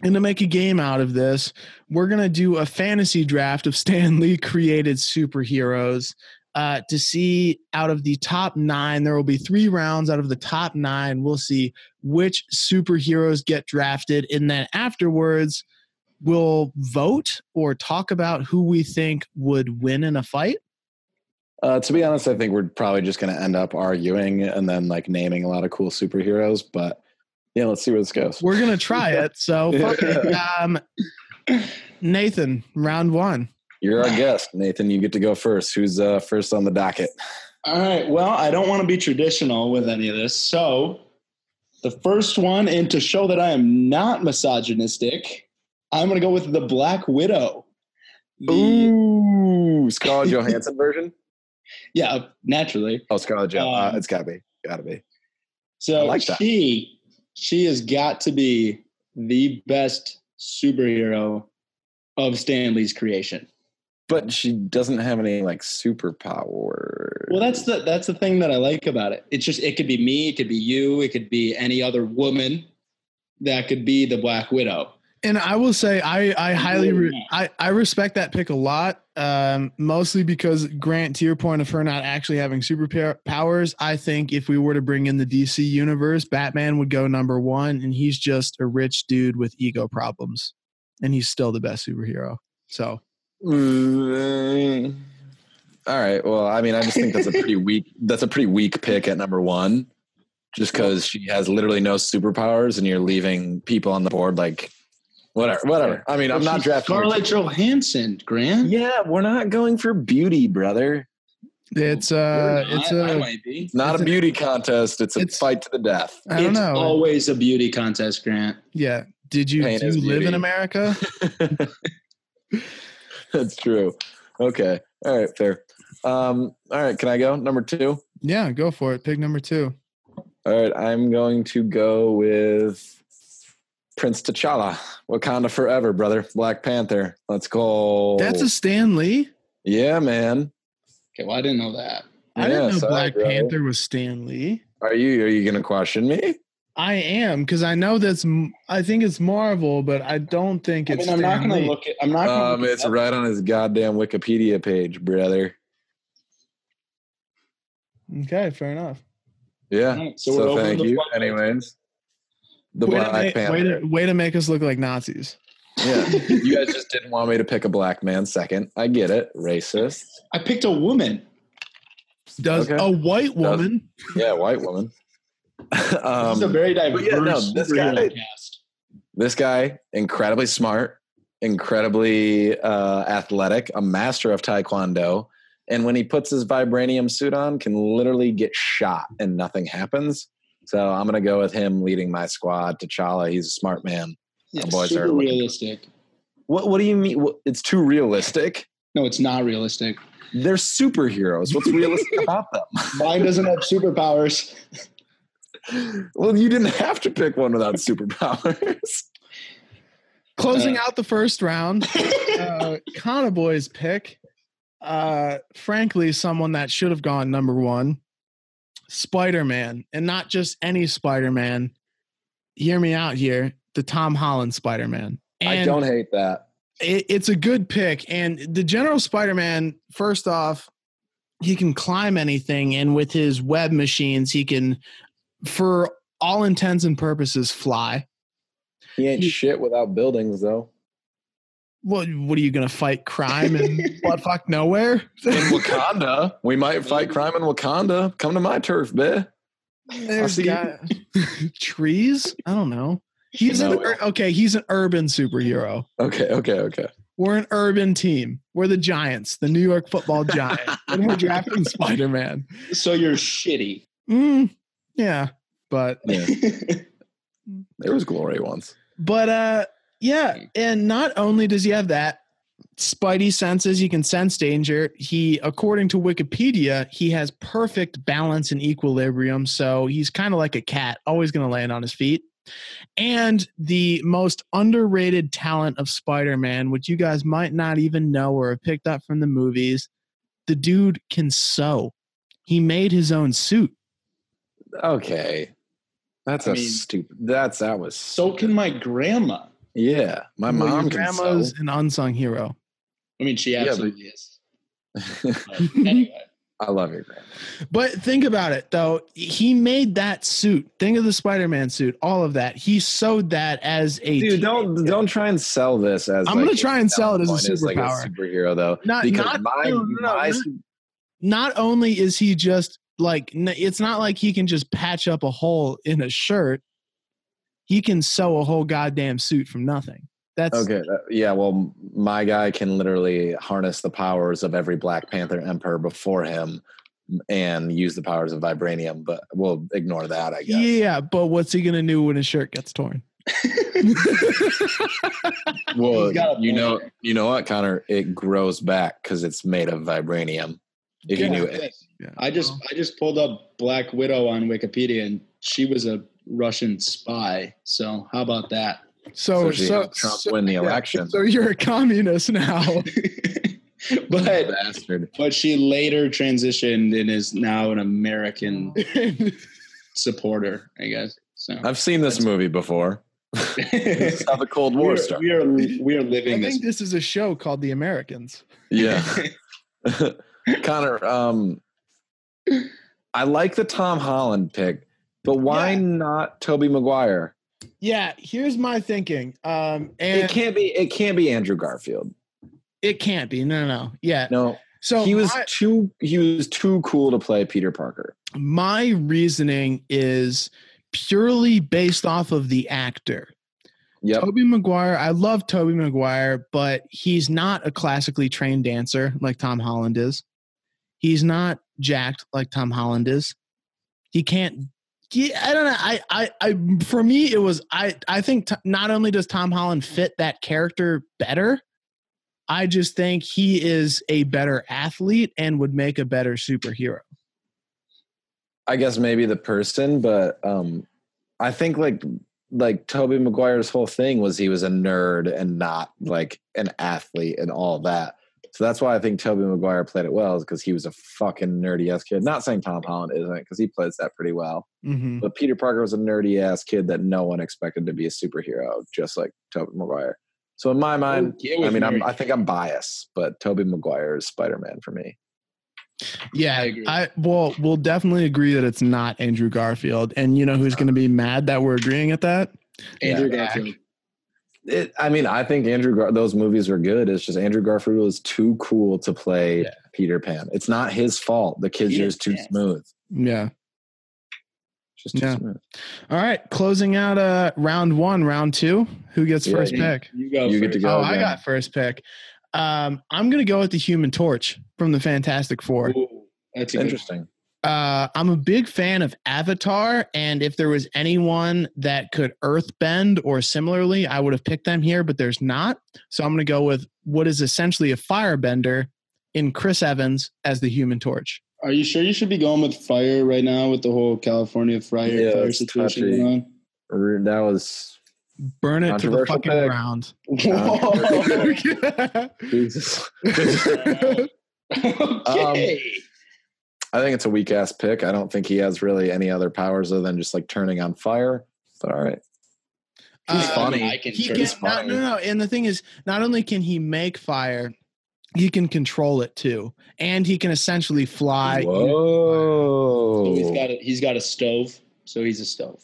Speaker 3: and to make a game out of this, we're gonna do a fantasy draft of Stan Lee created superheroes. Uh, to see out of the top nine, there will be three rounds out of the top nine. We'll see which superheroes get drafted, and then afterwards, we'll vote or talk about who we think would win in a fight.
Speaker 2: Uh, to be honest, I think we're probably just going to end up arguing and then like naming a lot of cool superheroes. But yeah, let's see where this goes.
Speaker 3: We're gonna try it. So fuck it. Um, Nathan, round one.
Speaker 2: You're our guest, Nathan. You get to go first. Who's uh, first on the docket?
Speaker 1: All right. Well, I don't want to be traditional with any of this. So, the first one, and to show that I am not misogynistic, I'm going to go with the Black Widow. The-
Speaker 2: Ooh, Scarlett Johansson version.
Speaker 1: Yeah, naturally.
Speaker 2: Oh, Scarlett Johansson.
Speaker 1: Um,
Speaker 2: uh, it's gotta be, gotta be. I
Speaker 1: So
Speaker 2: like that.
Speaker 1: she she has got to be the best superhero of Stanley's creation.
Speaker 2: But she doesn't have any like superpower.
Speaker 1: Well, that's the that's the thing that I like about it. It's just it could be me, it could be you, it could be any other woman that could be the Black Widow.
Speaker 3: And I will say, I I highly re- I I respect that pick a lot. Um, mostly because Grant, to your point of her not actually having superpowers, I think if we were to bring in the DC universe, Batman would go number one, and he's just a rich dude with ego problems, and he's still the best superhero. So
Speaker 2: Mm, All right. Well, I mean, I just think that's a pretty weak. That's a pretty weak pick at number one, just because she has literally no superpowers, and you're leaving people on the board like, whatever, whatever. I mean, I'm not
Speaker 1: She's
Speaker 2: drafting. her
Speaker 1: Scarlett Johansson, Grant.
Speaker 2: Yeah, we're not going for beauty, brother.
Speaker 3: it's uh
Speaker 1: You're not,
Speaker 3: it's
Speaker 1: I
Speaker 3: a
Speaker 1: might be.
Speaker 2: It's not
Speaker 3: It's
Speaker 2: a
Speaker 3: a-
Speaker 2: beauty contest. It's a
Speaker 3: It's-
Speaker 2: fight to the death.
Speaker 3: I don't
Speaker 1: it's
Speaker 3: know.
Speaker 1: always a beauty contest, Grant.
Speaker 3: Yeah. Did you,
Speaker 2: Pain
Speaker 3: do
Speaker 2: is
Speaker 3: you live in
Speaker 2: beauty.
Speaker 3: America?
Speaker 2: That's true. Okay. All right. Fair. Um, all right. Can I go number two?
Speaker 3: yeah, go for it. Pick number two.
Speaker 2: All right. I'm going to go with Prince T'Challa, Wakanda forever, brother. Black Panther. Let's go.
Speaker 3: That's a Stan Lee.
Speaker 2: yeah, man.
Speaker 1: Okay, well I didn't know that.
Speaker 3: I didn't
Speaker 2: Yeah,
Speaker 3: know
Speaker 2: sorry,
Speaker 3: Black
Speaker 2: bro.
Speaker 3: Panther was Stan Lee.
Speaker 2: Are you? Are you going to question me?
Speaker 3: I am because I know that's. m- I think it's Marvel, but I don't think
Speaker 1: I
Speaker 3: it's.
Speaker 1: mean, I'm not
Speaker 3: Stan
Speaker 1: going
Speaker 3: Lee.
Speaker 1: to look at. I'm not. Gonna
Speaker 2: Um,
Speaker 1: look it
Speaker 2: it's
Speaker 1: up.
Speaker 2: right on his goddamn Wikipedia page, brother.
Speaker 3: Okay, fair enough.
Speaker 2: Yeah.
Speaker 1: Alright, so
Speaker 2: So,
Speaker 1: we're opening
Speaker 2: thank
Speaker 1: the
Speaker 2: you.
Speaker 1: floodgates.
Speaker 2: Anyways, the
Speaker 3: way,
Speaker 2: Black
Speaker 3: to make,
Speaker 2: Panther.
Speaker 3: way, to, way to make us look like Nazis.
Speaker 2: Yeah, you guys just didn't want me to pick a black man second. I get it, racist.
Speaker 1: I picked a woman.
Speaker 3: Does
Speaker 2: Okay.
Speaker 3: a white woman?
Speaker 2: Yeah, white woman.
Speaker 1: this is a
Speaker 2: um,
Speaker 1: very diverse
Speaker 2: but yeah, no, this guy-
Speaker 1: superhero cast.
Speaker 2: this guy, incredibly smart, incredibly uh, athletic, a master of taekwondo, and when he puts his vibranium suit on, can literally get shot and nothing happens. So I'm gonna go with him leading my squad. T'Challa, he's a smart man.
Speaker 1: Yeah,
Speaker 2: boys
Speaker 1: super
Speaker 2: are looking-
Speaker 1: realistic.
Speaker 2: What What do you mean? What, it's too realistic.
Speaker 1: No, it's not realistic.
Speaker 2: They're superheroes. What's realistic about them?
Speaker 1: Mine doesn't have superpowers.
Speaker 2: Well, you didn't have to pick one without superpowers.
Speaker 3: Closing
Speaker 1: Uh.
Speaker 3: out the first round, uh, Conaboy's pick. Uh, frankly, someone that should have gone number one, Spider Man, and not just any Spider Man. Hear me out here, the Tom Holland Spider Man.
Speaker 2: I don't hate that.
Speaker 3: it, it's a good pick. And the general Spider Man, first off, he can climb anything, and with his web machines, he can, for all intents and purposes, fly.
Speaker 2: He ain't
Speaker 3: You-
Speaker 2: shit without buildings, though.
Speaker 3: What what are you gonna fight crime in what fuck nowhere?
Speaker 2: In Wakanda, we might fight crime in Wakanda. Come to my turf, bitch.
Speaker 3: There's
Speaker 2: see you.
Speaker 3: guy- trees. I don't know. He's an
Speaker 2: No.
Speaker 3: ur- okay. He's an urban superhero.
Speaker 2: Okay, okay, okay.
Speaker 3: We're an urban team. We're the Giants, the New York Football Giants, and we're drafting Spider Man.
Speaker 1: so you're shitty.
Speaker 3: Mm, yeah, but
Speaker 2: Yeah, there was glory once.
Speaker 3: But uh yeah, and not only does he have that Spidey senses, he can sense danger. He according to Wikipedia, he has perfect balance and equilibrium, so he's kind of like a cat, always going to land on his feet. And the most underrated talent of Spider-Man, which you guys might not even know or have picked up from the movies, the dude can sew. He made his own suit.
Speaker 2: Okay. That's
Speaker 4: I
Speaker 2: a
Speaker 4: mean-
Speaker 2: stupid. That's that was
Speaker 4: So can my grandma.
Speaker 2: yeah. My
Speaker 3: Well,
Speaker 2: mom
Speaker 3: your
Speaker 2: can
Speaker 3: grandma's an unsung hero.
Speaker 1: I mean, she
Speaker 2: Yeah, but-
Speaker 1: absolutely is.
Speaker 2: sew.
Speaker 1: But anyway,
Speaker 2: I love your grandma.
Speaker 3: But think about it though. He made that suit. Think of the Spider-Man suit. All of that. He sewed that as a
Speaker 2: Dude,
Speaker 3: teen-
Speaker 2: don't don't try and sell this as.
Speaker 3: I'm
Speaker 2: like,
Speaker 3: gonna try and sell it as a
Speaker 2: point is, like,
Speaker 3: superpower.
Speaker 2: superhero though,
Speaker 3: Not-
Speaker 2: because
Speaker 3: not-
Speaker 2: my,
Speaker 3: no, no, no,
Speaker 2: my
Speaker 3: not- Not only is he just like n- it's not like he can just patch up a hole in a shirt. He can sew a whole goddamn suit from nothing. That's
Speaker 2: Okay. that- yeah. Well, my guy can literally harness the powers of every Black Panther emperor before him, and use the powers of vibranium. But we'll ignore that, I guess.
Speaker 3: yeah. But what's he gonna do when his shirt gets torn?
Speaker 2: Well,
Speaker 1: He's got a
Speaker 2: you
Speaker 1: point
Speaker 2: know, you know what, Connor? It grows back because it's made of vibranium. If you
Speaker 3: Yeah.
Speaker 2: knew it,
Speaker 1: I just I just pulled up Black Widow on Wikipedia, and she was a Russian spy. So how about that?
Speaker 3: so
Speaker 2: so, she
Speaker 3: so,
Speaker 2: helped Trump
Speaker 3: so-
Speaker 2: win the
Speaker 3: yeah,
Speaker 2: election.
Speaker 3: so you're a communist now.
Speaker 1: but
Speaker 2: Bastard.
Speaker 1: but she later transitioned and is now an American supporter, I guess. So
Speaker 2: I've seen this movie before. This is how the Cold
Speaker 1: we,
Speaker 2: War
Speaker 1: are,
Speaker 2: started.
Speaker 1: we are we are
Speaker 3: I
Speaker 1: living this.
Speaker 3: think this is a show called The Americans.
Speaker 2: Yeah. Connor, um, I like the Tom Holland pick, but why
Speaker 3: Yeah.
Speaker 2: not Toby Maguire?
Speaker 3: Yeah, here's my thinking. Um, and
Speaker 2: It can't be. It can't be Andrew Garfield.
Speaker 3: it can't be. No, no, no. Yeah.
Speaker 2: No,
Speaker 3: So
Speaker 2: he was
Speaker 3: my,
Speaker 2: too. He was too cool to play Peter Parker.
Speaker 3: my reasoning is purely based off of the actor.
Speaker 2: Yep.
Speaker 3: Toby Maguire, I love Toby Maguire, but he's not a classically trained dancer like Tom Holland is. He's not jacked like Tom Holland is. He can't yeah, I don't know. I, I, I, for me, it was I. I think t- not only does Tom Holland fit that character better, I just think he is a better athlete and would make a better superhero.
Speaker 2: I guess maybe the person, but um, I think like like Toby Maguire's whole thing was he was a nerd and not like an athlete and all that. So that's why I think Toby Maguire played it well, is because he was a fucking nerdy ass kid. Not saying Tom Holland isn't, because he plays that pretty well.
Speaker 3: Mm-hmm.
Speaker 2: But Peter Parker was a nerdy ass kid that no one expected to be a superhero, just like Toby Maguire. So in my mind,
Speaker 1: It was
Speaker 2: I mean, I'm,
Speaker 1: very-
Speaker 2: I think I'm biased, but Toby Maguire is Spider Man for me.
Speaker 3: Yeah,
Speaker 1: I agree.
Speaker 3: I well, we'll definitely agree that it's not Andrew Garfield, and you know
Speaker 1: Uh,
Speaker 3: who's going to be mad that we're agreeing at that?
Speaker 1: Andrew
Speaker 2: Yeah.
Speaker 1: Garfield.
Speaker 2: It, I mean, I think Andrew Gar- those movies were good. It's just Andrew Garfield was too cool to play
Speaker 3: Yeah.
Speaker 2: Peter Pan. It's not his fault. The kid's
Speaker 1: He
Speaker 2: just too
Speaker 1: didn't dance.
Speaker 2: smooth.
Speaker 3: Yeah.
Speaker 2: It's Just too
Speaker 3: Yeah.
Speaker 2: smooth.
Speaker 3: All right, closing out uh round one, round two. Who gets
Speaker 2: Yeah,
Speaker 3: first
Speaker 1: you-
Speaker 3: pick?
Speaker 1: You go.
Speaker 2: You get to
Speaker 1: first.
Speaker 2: go.
Speaker 3: oh, I
Speaker 2: again.
Speaker 3: got first pick. Um, I'm gonna go with the Human Torch from the Fantastic Four.
Speaker 1: Ooh, that's a good-
Speaker 2: interesting.
Speaker 3: Uh, I'm a big fan of Avatar, and if there was anyone that could Earthbend or similarly, I would have picked them here, but there's not. So I'm gonna go with what is essentially a firebender in Chris Evans as the Human Torch.
Speaker 1: Are you sure you should be going with fire right now with the whole California fire,
Speaker 2: Yeah,
Speaker 1: fire
Speaker 2: it's
Speaker 1: situation
Speaker 2: touchy.
Speaker 1: going on?
Speaker 2: R- That was
Speaker 3: Burn it to the
Speaker 2: Controversial
Speaker 3: fucking
Speaker 2: pick. Oh.
Speaker 1: Whoa.
Speaker 2: Uh,
Speaker 3: ground.
Speaker 2: Jesus.
Speaker 1: okay.
Speaker 2: I think it's a weak ass pick. I don't think he has really any other powers other than just like turning on fire. But all right, he's
Speaker 3: Uh,
Speaker 2: funny.
Speaker 1: I can
Speaker 3: he
Speaker 1: turn
Speaker 3: can
Speaker 2: It's
Speaker 3: not, no
Speaker 2: fire.
Speaker 3: no and the thing is not only can he make fire he can control it too and he can essentially fly
Speaker 2: Whoa.
Speaker 1: So he's got a, he's got a stove, so he's a stove.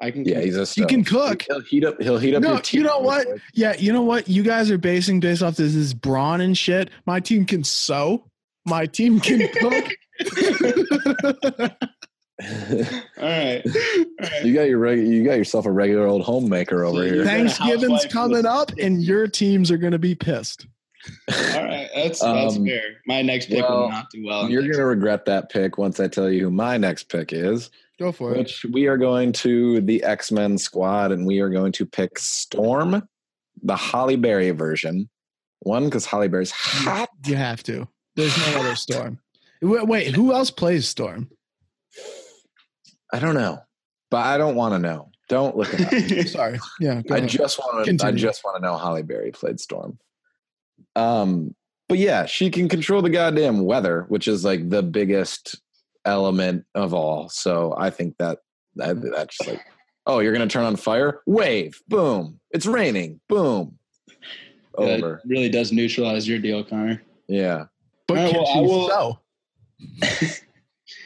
Speaker 1: I can.
Speaker 2: yeah, he's a.
Speaker 3: you
Speaker 2: stove.
Speaker 3: can cook
Speaker 2: He'll heat up. He'll heat up.
Speaker 3: no
Speaker 2: your
Speaker 3: you know
Speaker 2: tea.
Speaker 3: what yeah you know what you guys are basing based off this is brawn and shit my team can sew my team can cook
Speaker 1: all right. All right.
Speaker 2: you got your reg- you got yourself a regular old homemaker over
Speaker 1: So
Speaker 2: here.
Speaker 1: you're gonna
Speaker 3: thanksgiving's
Speaker 1: housewife
Speaker 3: coming
Speaker 1: with-
Speaker 3: up and your teams are going to be pissed
Speaker 1: All right. That's that's
Speaker 2: Um,
Speaker 1: fair. My next pick
Speaker 2: well,
Speaker 1: will not do well. in
Speaker 2: Um, You're
Speaker 1: Texas.
Speaker 2: going to regret that pick once I tell you who my next pick is,
Speaker 3: go for it
Speaker 2: which we are going to the X Men squad and we are going to pick Storm, the Holly Berry version. One, because Holly Berry's hot.
Speaker 3: you have to there's no other storm Wait, wait who else plays storm
Speaker 2: I don't know, but I don't want to know. Don't look it up.
Speaker 3: sorry yeah go
Speaker 2: I
Speaker 3: ahead.
Speaker 2: just want to. I
Speaker 3: Continue.
Speaker 2: just want to know Holly Berry played Storm. Um, but yeah, she can control the goddamn weather, which is like the biggest element of all. So I think that That, that's just like, oh, you're gonna turn on fire? Wave, boom. It's raining, boom.
Speaker 1: Yeah, it
Speaker 2: Over.
Speaker 1: really does neutralize your deal, Connor.
Speaker 2: Yeah.
Speaker 3: But
Speaker 1: All right,
Speaker 3: can
Speaker 1: well, I
Speaker 3: she
Speaker 1: will-
Speaker 3: sew?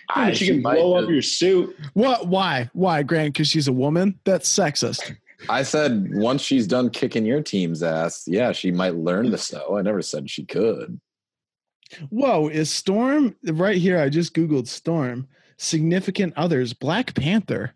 Speaker 1: I she can
Speaker 2: might
Speaker 1: blow
Speaker 2: have-
Speaker 1: up your suit.
Speaker 3: What? Why? Why, Grant? Because she's a woman. That's sexist.
Speaker 2: I said once she's done kicking your team's ass, yeah, she might learn to sew. I never said she could.
Speaker 3: Whoa! Is Storm right here? I just googled Storm. Significant others. Black Panther.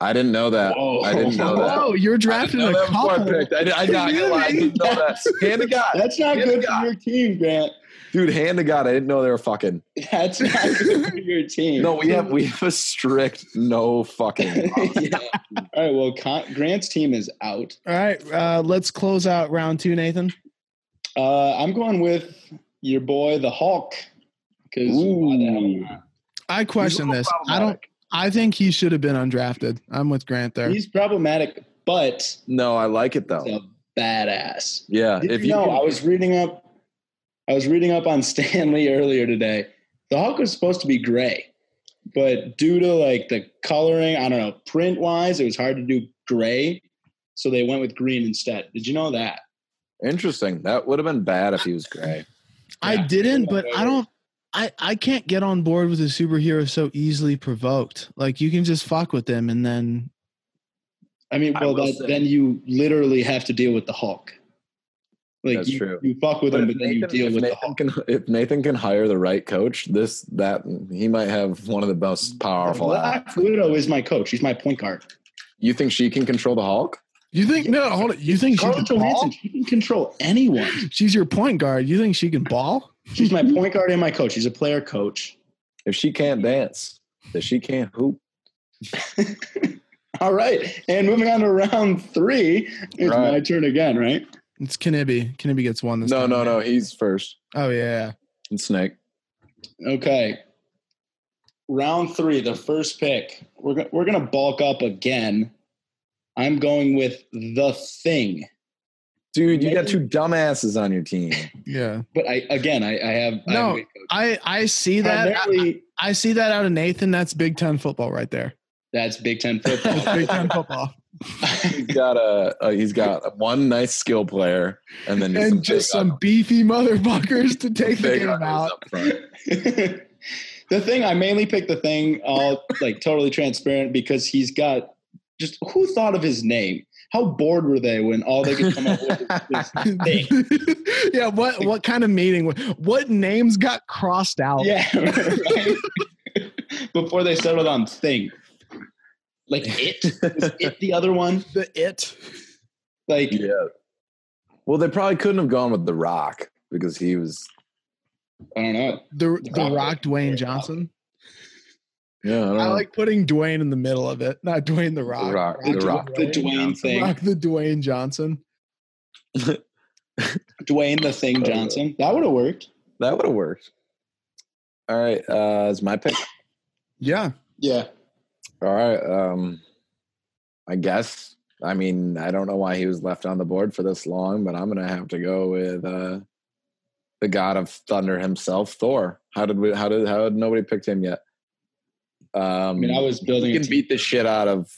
Speaker 2: I didn't know that.
Speaker 1: Whoa.
Speaker 2: I didn't know that.
Speaker 3: Whoa! You're
Speaker 2: Oh, I didn't
Speaker 3: drafting
Speaker 2: know
Speaker 3: a
Speaker 2: that before I
Speaker 3: couple.
Speaker 2: picked. I, did- I, not gonna lie, I didn't know that. Hand to God,
Speaker 1: That's not
Speaker 2: Yeah,
Speaker 1: good
Speaker 2: God.
Speaker 1: for your team, Grant.
Speaker 2: dude. Hand to God, I didn't know they were fucking.
Speaker 1: That's not good for your team.
Speaker 2: No, we have we have a strict no fucking. policy.
Speaker 1: Yeah. All right. Well, Con- Grant's team is out.
Speaker 3: All right, uh, let's close out round two, Nathan.
Speaker 1: Uh, I'm going with your boy, the Hulk. Because why the hell
Speaker 2: Ooh.
Speaker 1: not?
Speaker 3: I question
Speaker 2: He's a
Speaker 3: this.
Speaker 2: little
Speaker 3: I don't.
Speaker 2: problematic.
Speaker 3: I think he should have been undrafted. I'm with Grant there.
Speaker 1: He's problematic, but
Speaker 2: No, I like it though.
Speaker 1: he's a badass.
Speaker 2: Yeah,
Speaker 1: Did you know,
Speaker 2: Uh, can-
Speaker 1: I was reading up. I was reading up on Stan Lee earlier today. The Hulk was supposed to be gray, but due to like the coloring, I don't know, print wise, it was hard to do gray, so they went with green instead. Did you know that?
Speaker 2: interesting. That would have been bad if he was gray.
Speaker 3: I
Speaker 1: Yeah.
Speaker 3: didn't, but I don't. I I can't get on board with a superhero so easily provoked. Like you can just fuck with them, and then
Speaker 1: I mean,
Speaker 2: I
Speaker 1: well,
Speaker 2: will
Speaker 1: that,
Speaker 2: say-
Speaker 1: then you literally have to deal with the Hulk. Like
Speaker 2: That's
Speaker 1: you,
Speaker 2: true.
Speaker 1: you fuck with him,
Speaker 2: if
Speaker 1: but then you
Speaker 2: Nathan-
Speaker 1: deal
Speaker 2: if
Speaker 1: with the
Speaker 2: Nathan
Speaker 1: Hulk.
Speaker 2: can, if Nathan can hire the right coach, this that he might have one of the most powerful. athletes.
Speaker 1: Black Widow is my coach. She's my point guard.
Speaker 2: You think she can control the Hulk?
Speaker 3: you think no. Hold it. You think she
Speaker 1: Carl
Speaker 3: can
Speaker 1: Johansson.
Speaker 3: ball?
Speaker 1: She can control anyone.
Speaker 3: She's your point guard. You think she can ball?
Speaker 1: She's my point guard and my coach. She's a player coach.
Speaker 2: If she can't dance, if she can't hoop,
Speaker 1: All right. And moving on to round three, it's
Speaker 2: Right.
Speaker 1: my turn again, right?
Speaker 3: It's Kanibi. Kanibi gets one this
Speaker 2: no,
Speaker 3: time.
Speaker 2: no, no, he's first.
Speaker 3: Oh yeah.
Speaker 2: And Snake.
Speaker 1: Okay. Round three, the first pick. We're, go- we're going to bulk up again. I'm going with The Thing.
Speaker 2: Dude, you got two dumbasses on your team.
Speaker 3: Yeah.
Speaker 1: But I again, I, I have. I,
Speaker 3: No,
Speaker 1: have-
Speaker 3: I I see that. I,
Speaker 1: primarily,
Speaker 3: I see that out of Nathan. That's Big Ten football right there.
Speaker 1: that's Big Ten football.
Speaker 3: Big Ten football.
Speaker 2: He's got a, a he's got one nice skill player, and then
Speaker 3: and just some beefy motherfuckers to take the
Speaker 2: big
Speaker 3: game
Speaker 2: others
Speaker 3: out.
Speaker 2: up front.
Speaker 1: the thing I mainly picked the thing all like totally transparent because he's got just who thought of his name? How bored were they when all they could come up with was his thing?
Speaker 3: yeah, what what kind of meeting? What names got crossed out?
Speaker 1: Yeah, right. before they settled on thing, like it was it the other one
Speaker 3: The it.
Speaker 1: like
Speaker 2: Yeah. Well, they probably couldn't have gone with The Rock because he was
Speaker 1: I don't know.
Speaker 3: The the
Speaker 1: Rock.
Speaker 3: Rock Dwayne Johnson.
Speaker 2: yeah. I, don't
Speaker 3: I
Speaker 2: know.
Speaker 3: like putting Dwayne in the middle of it, not Dwayne the
Speaker 2: The
Speaker 3: Rock.
Speaker 2: Rock.
Speaker 1: The,
Speaker 2: The Rock.
Speaker 1: the Dwayne
Speaker 3: The
Speaker 1: thing,
Speaker 3: Rock the Dwayne Johnson.
Speaker 1: Dwayne the thing Johnson. That would have worked.
Speaker 2: That would have worked. All right, uh, it's my pick.
Speaker 3: Yeah.
Speaker 1: Yeah,
Speaker 2: All right, um, I guess. I mean, I don't know why he was left on the board for this long, but I'm gonna have to go with uh, the God of Thunder himself, Thor. How did we? How did? How did nobody picked him yet? Um,
Speaker 1: I mean, I was building.
Speaker 2: he
Speaker 1: a
Speaker 2: can
Speaker 1: team.
Speaker 2: beat the shit out of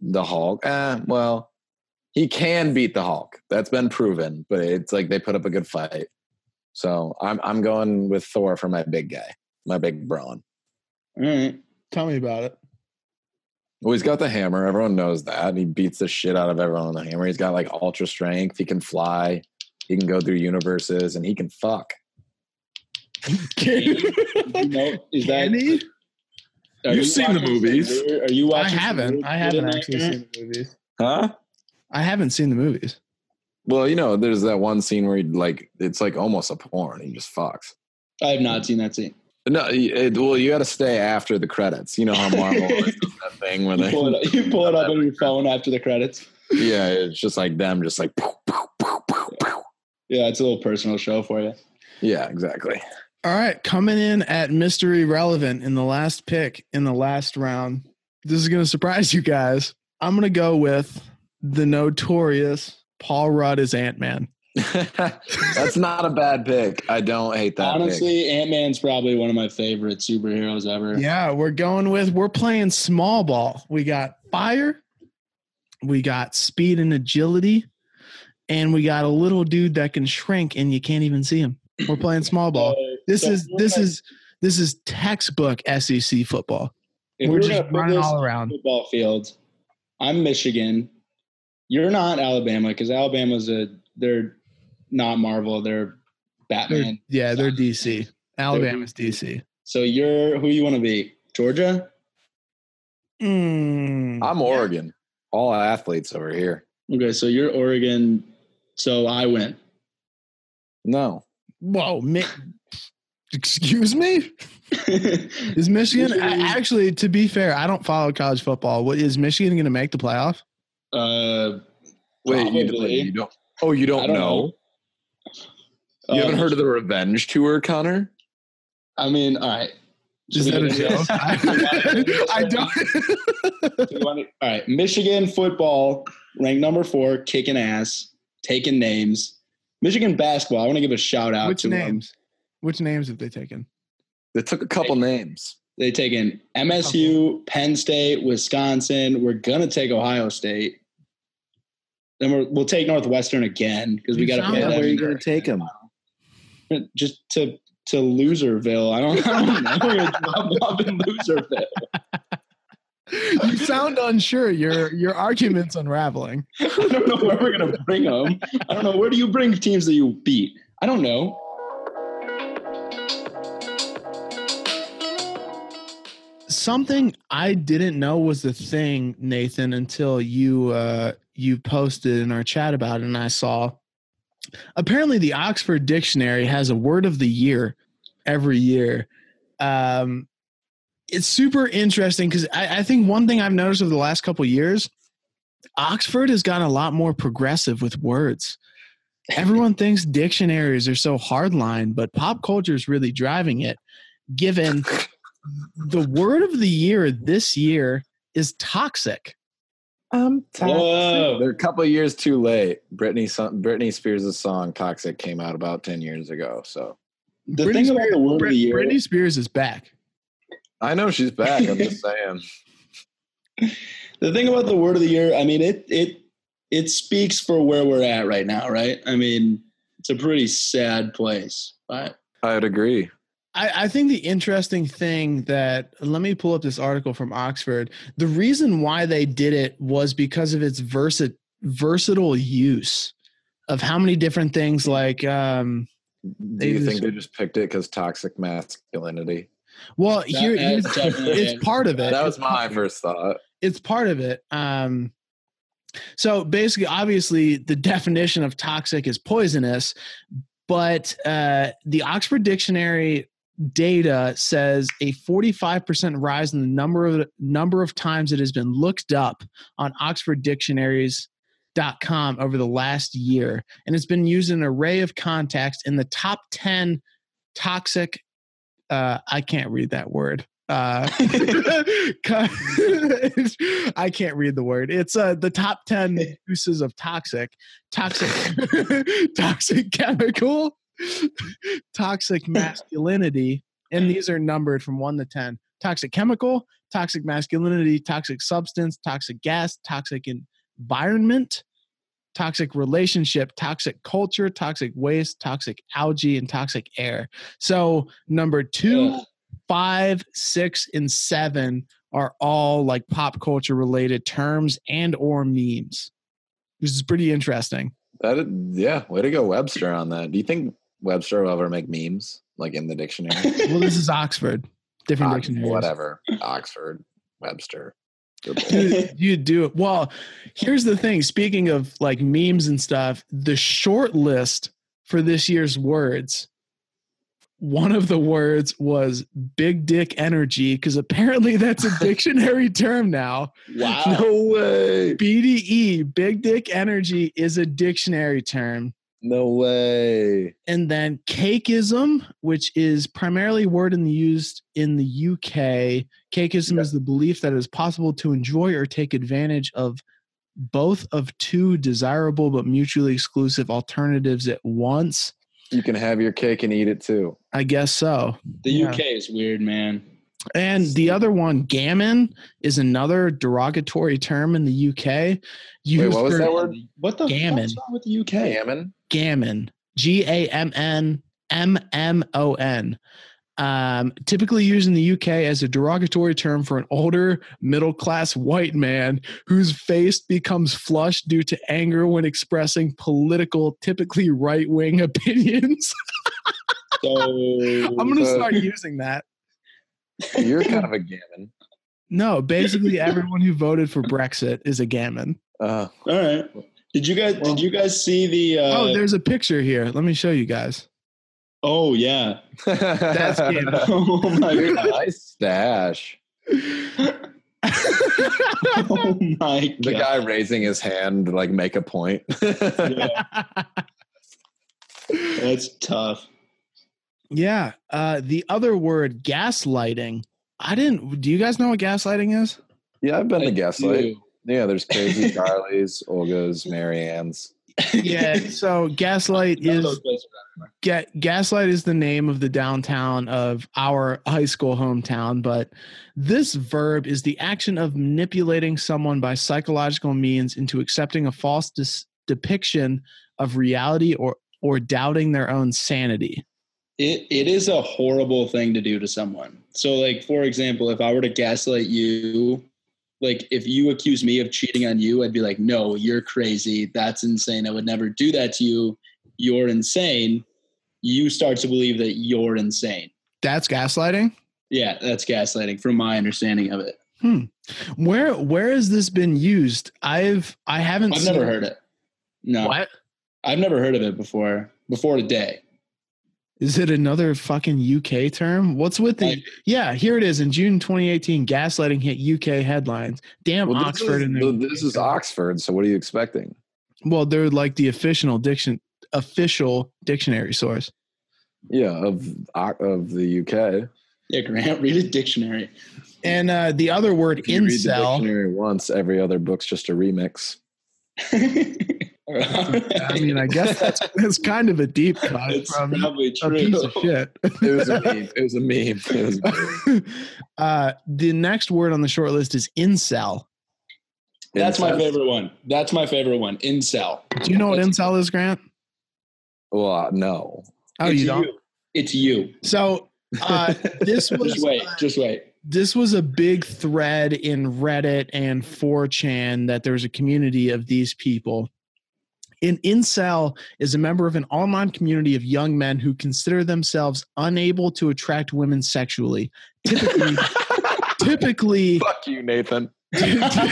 Speaker 2: the Hulk. Eh, well, he can beat the Hulk. That's been proven, but it's like they put up a good fight. So I'm I'm going with Thor for my big guy, my big brawn.
Speaker 1: All right.
Speaker 3: Tell me about it.
Speaker 2: Well, he's got the hammer. Everyone knows that. He beats the shit out of everyone with the hammer. He's got like ultra strength. He can fly. He can go through universes, and he can fuck.
Speaker 1: You know, is that
Speaker 3: Kenny?
Speaker 1: Are
Speaker 2: You've
Speaker 1: you
Speaker 2: seen the
Speaker 1: watching
Speaker 2: movies.
Speaker 1: some weird- Are you
Speaker 3: I
Speaker 1: watching? some
Speaker 3: haven't.
Speaker 1: weird
Speaker 3: I
Speaker 1: shit in
Speaker 3: haven't
Speaker 1: there?
Speaker 3: actually seen the movies.
Speaker 2: Huh?
Speaker 3: I haven't seen the movies.
Speaker 2: Well, you know, there's that one scene where he like it's like almost a porn. He just fucks.
Speaker 1: I have not seen that scene.
Speaker 2: No, you- it, well, you got to stay after the credits. You know how Marvel always does that thing where
Speaker 1: You
Speaker 2: they,
Speaker 1: pull it up, you pull it up on your phone after the credits.
Speaker 2: yeah, it's just like them, just like, pow, pow, pow, pow, pow.
Speaker 1: Yeah, it's a little personal show for you.
Speaker 2: yeah, exactly.
Speaker 3: All right, coming in at mystery relevant in the last pick in the last round. This is going to surprise you guys. I'm going to go with the notorious Paul Rudd as Ant Man.
Speaker 2: That's not a bad pick. I don't hate that. pick.
Speaker 1: Honestly, Ant Man's probably one of my favorite superheroes ever.
Speaker 3: Yeah, we're going with we're playing small ball. We got fire, we got speed and agility, and we got a little dude that can shrink and you can't even see him. We're playing small ball.
Speaker 1: So-
Speaker 3: This
Speaker 1: so
Speaker 3: is
Speaker 1: we're
Speaker 3: this
Speaker 1: gonna-
Speaker 3: is this is textbook SEC football.
Speaker 1: if
Speaker 3: We're
Speaker 1: we were
Speaker 3: just
Speaker 1: gonna put
Speaker 3: running
Speaker 1: this
Speaker 3: all
Speaker 1: on
Speaker 3: around.
Speaker 1: the football field. I'm Michigan. You're not Alabama because Alabama's a they're not Marvel. They're Batman.
Speaker 3: They're, yeah, they're DC. Alabama's DC.
Speaker 1: so you're who you want to be? Georgia.
Speaker 3: Mm,
Speaker 2: I'm Oregon. All athletes over here.
Speaker 1: Okay, so you're Oregon. So I win.
Speaker 2: No.
Speaker 3: whoa, Mi- excuse me. Is Michigan
Speaker 1: Michigan-
Speaker 3: I- actually? To be fair, I don't follow college football. What is Michigan going to make the playoff?
Speaker 1: uh,
Speaker 2: Wait, you,
Speaker 1: Probably.
Speaker 2: wait, you don't. Oh, you don't,
Speaker 1: I don't
Speaker 2: know.
Speaker 1: know.
Speaker 2: You
Speaker 1: um,
Speaker 2: haven't heard of the Revenge Tour, Connor?
Speaker 1: I mean, all right.
Speaker 3: Is
Speaker 1: Should
Speaker 3: that
Speaker 1: we
Speaker 3: a
Speaker 1: get into
Speaker 3: joke? I, I don't.
Speaker 1: this? Do you want to- all right, Michigan football ranked number four, kicking ass, taking names. Michigan basketball. I want to give a shout out
Speaker 3: Which
Speaker 1: to um,
Speaker 3: names? Which names have they taken?
Speaker 2: They took a couple names.
Speaker 1: They take in MSU, Penn State, Wisconsin. We're gonna take Ohio State. Then we're, we'll take Northwestern again because we
Speaker 3: You
Speaker 1: got to
Speaker 3: sound
Speaker 1: pay
Speaker 3: like
Speaker 1: them
Speaker 3: you
Speaker 2: gonna take them?
Speaker 1: just to to Loserville. I don't, I don't know. We're gonna drop them off in Loserville.
Speaker 3: You sound unsure. Your your argument's unraveling.
Speaker 1: I don't know where we're gonna bring them. I don't know where do you bring teams that you beat. I don't know.
Speaker 3: Something I didn't know was the thing, Nathan, until you uh, you posted in our chat about it, and I saw. Apparently, the Oxford Dictionary has a word of the year every year. Um, it's super interesting because I, I think one thing I've noticed over the last couple years, Oxford has gotten a lot more progressive with words. Everyone thinks dictionaries are so hardline, but pop culture is really driving it. Given the word of the year this year is toxic.
Speaker 2: Um,
Speaker 1: Whoa.
Speaker 2: They're a couple of years too late. Britney, son- Britney Spears' song "Toxic" came out about ten years ago. So
Speaker 1: The thing about the word of the year.
Speaker 3: Britney Spears is back.
Speaker 2: I know she's back. I'm just saying.
Speaker 1: The thing about the word of the year, I mean, it it it speaks for where we're at right now, right? I mean, it's a pretty sad place. But
Speaker 2: I'd agree.
Speaker 3: I, I think the interesting thing that let me pull up this article from Oxford. The reason why they did it was because of its versa- versatile use of how many different things like um
Speaker 2: Do you
Speaker 3: They
Speaker 2: think
Speaker 3: just-
Speaker 2: they just picked it because toxic masculinity?
Speaker 3: well
Speaker 1: That-
Speaker 3: here here's-
Speaker 1: that's definitely it.
Speaker 3: it's part of it
Speaker 2: That was my first thought.
Speaker 3: it's part of it. Um, so basically, obviously, the definition of toxic is poisonous, but uh, the Oxford Dictionary data says a 45% rise in the number of number of times it has been looked up on Oxford Dictionaries. Dot com over the last year, and it's been used in an array of contexts. In the top ten toxic, uh, I can't read that word. Uh, Con- I can't read the word. It's uh, the top 10 uses of toxic, toxic, toxic chemical, toxic masculinity. And these are numbered from one to 10 toxic chemical, toxic masculinity, toxic substance, toxic gas, toxic environment, toxic relationship, toxic culture, toxic waste, toxic algae, and toxic air. So, number two
Speaker 1: Ugh.
Speaker 3: five, six, and seven are all like pop culture related terms and or memes. Which is pretty interesting.
Speaker 2: That is- yeah, way to go, Webster, on that. Do you think Webster will ever make memes like in the dictionary?
Speaker 3: Well, this is Oxford, different
Speaker 2: Ox-
Speaker 3: dictionaries.
Speaker 2: whatever, Oxford, Webster. They're both-
Speaker 3: Dude, you do it. Well, here's the thing. Speaking of like memes and stuff, the short list for this year's words, one of the words was big dick energy, because apparently that's a dictionary term now.
Speaker 1: wow,
Speaker 2: no way.
Speaker 3: BDE, big dick energy, is a dictionary term.
Speaker 2: No way.
Speaker 3: and then cakeism, which is primarily a word in the used in the UK. Cakeism is the belief that it is possible to enjoy or take advantage of both of two desirable but mutually exclusive alternatives at once.
Speaker 2: You can have your cake and eat it too.
Speaker 3: I guess so.
Speaker 1: The
Speaker 3: Yeah.
Speaker 1: UK is weird, man.
Speaker 3: And the other one, gammon, is another derogatory term in the UK.
Speaker 2: Wait, what was
Speaker 3: for
Speaker 2: that word?
Speaker 1: What the
Speaker 3: Gammon.
Speaker 1: fuck's wrong with the UK?
Speaker 2: Gammon.
Speaker 3: Gammon. G A M N M M O N. Um, typically used in the UK as a derogatory term for an older middle class white man whose face becomes flushed due to anger when expressing political, typically right wing opinions.
Speaker 1: So
Speaker 3: I'm going to
Speaker 2: Uh,
Speaker 3: start using that.
Speaker 2: You're kind of a gammon.
Speaker 3: No, basically, everyone who voted for Brexit is a gammon.
Speaker 2: Uh,
Speaker 1: all right. Did you guys did you guys see the uh,
Speaker 3: oh,
Speaker 1: oh,
Speaker 3: there's a picture here. Let me show you guys.
Speaker 1: yeah.
Speaker 2: That's
Speaker 3: gammon.
Speaker 1: Oh my god.
Speaker 2: nice stash.
Speaker 1: Oh my
Speaker 2: The
Speaker 1: god.
Speaker 2: guy raising his hand to like make a point.
Speaker 1: Yeah, that's tough.
Speaker 3: Yeah. Uh, the other word, gaslighting. I didn't. Do you guys know what gaslighting is?
Speaker 2: yeah, I've been to
Speaker 1: I
Speaker 2: gaslight.
Speaker 1: do.
Speaker 2: Yeah, there's crazy Charlies, Olgas, Marianne's.
Speaker 3: Yeah. so gaslight
Speaker 1: None of
Speaker 3: is
Speaker 1: those places
Speaker 3: ga- gaslight is the name of the downtown of our high school hometown. But this verb is the action of manipulating someone by psychological means into accepting a false dis- depiction of reality or or doubting their own sanity.
Speaker 1: it, it is a horrible thing to do to someone. So, like, for example, if I were to gaslight you, like, if you accuse me of cheating on you, I'd be like, no, you're crazy. That's insane. I would never do that to you. You're insane. You start to believe that you're insane.
Speaker 3: That's gaslighting.
Speaker 1: Yeah, that's gaslighting from my understanding of it.
Speaker 3: Where where has this been used? I've I haven't
Speaker 1: I've
Speaker 3: seen
Speaker 1: never heard it. No,
Speaker 3: What?
Speaker 1: I've never heard of it before, before today.
Speaker 3: Is it another fucking UK term? What's with the
Speaker 1: Like-
Speaker 3: Yeah, here it is in June 2018 gaslighting hit UK headlines. Damn
Speaker 2: Well, this
Speaker 3: Oxford
Speaker 2: is-
Speaker 3: and
Speaker 2: well,
Speaker 3: their-
Speaker 2: this is Oxford, so what are you expecting?
Speaker 3: Well, they're like the official diction official dictionary source.
Speaker 2: Yeah, of of the UK.
Speaker 1: Yeah, Grant, read a dictionary.
Speaker 3: And uh the other word
Speaker 2: If you read the
Speaker 3: incel.
Speaker 2: dictionary once, every other book's just a remix.
Speaker 3: I mean, I guess that's that's kind of a deep cut
Speaker 1: it's
Speaker 3: from
Speaker 1: probably
Speaker 3: a
Speaker 1: true.
Speaker 3: piece of shit.
Speaker 2: It was a meme. It was a meme. It was a meme.
Speaker 3: uh the next word on the short list is incel.
Speaker 1: That's my
Speaker 2: Incest.
Speaker 1: favorite one. That's my favorite one. Incel.
Speaker 3: Do you know what
Speaker 1: That's-
Speaker 3: incel is, Grant?
Speaker 2: Well, uh, no.
Speaker 3: Oh,
Speaker 1: It's
Speaker 3: you don't.
Speaker 1: It's you.
Speaker 3: So uh, this
Speaker 1: Just
Speaker 3: was
Speaker 1: wait. Just wait.
Speaker 3: this was a big thread in Reddit and 4chan that there's a community of these people. An incel is a member of an online community of young men who consider themselves unable to attract women sexually. Typically, typically
Speaker 2: Fuck you, Nathan.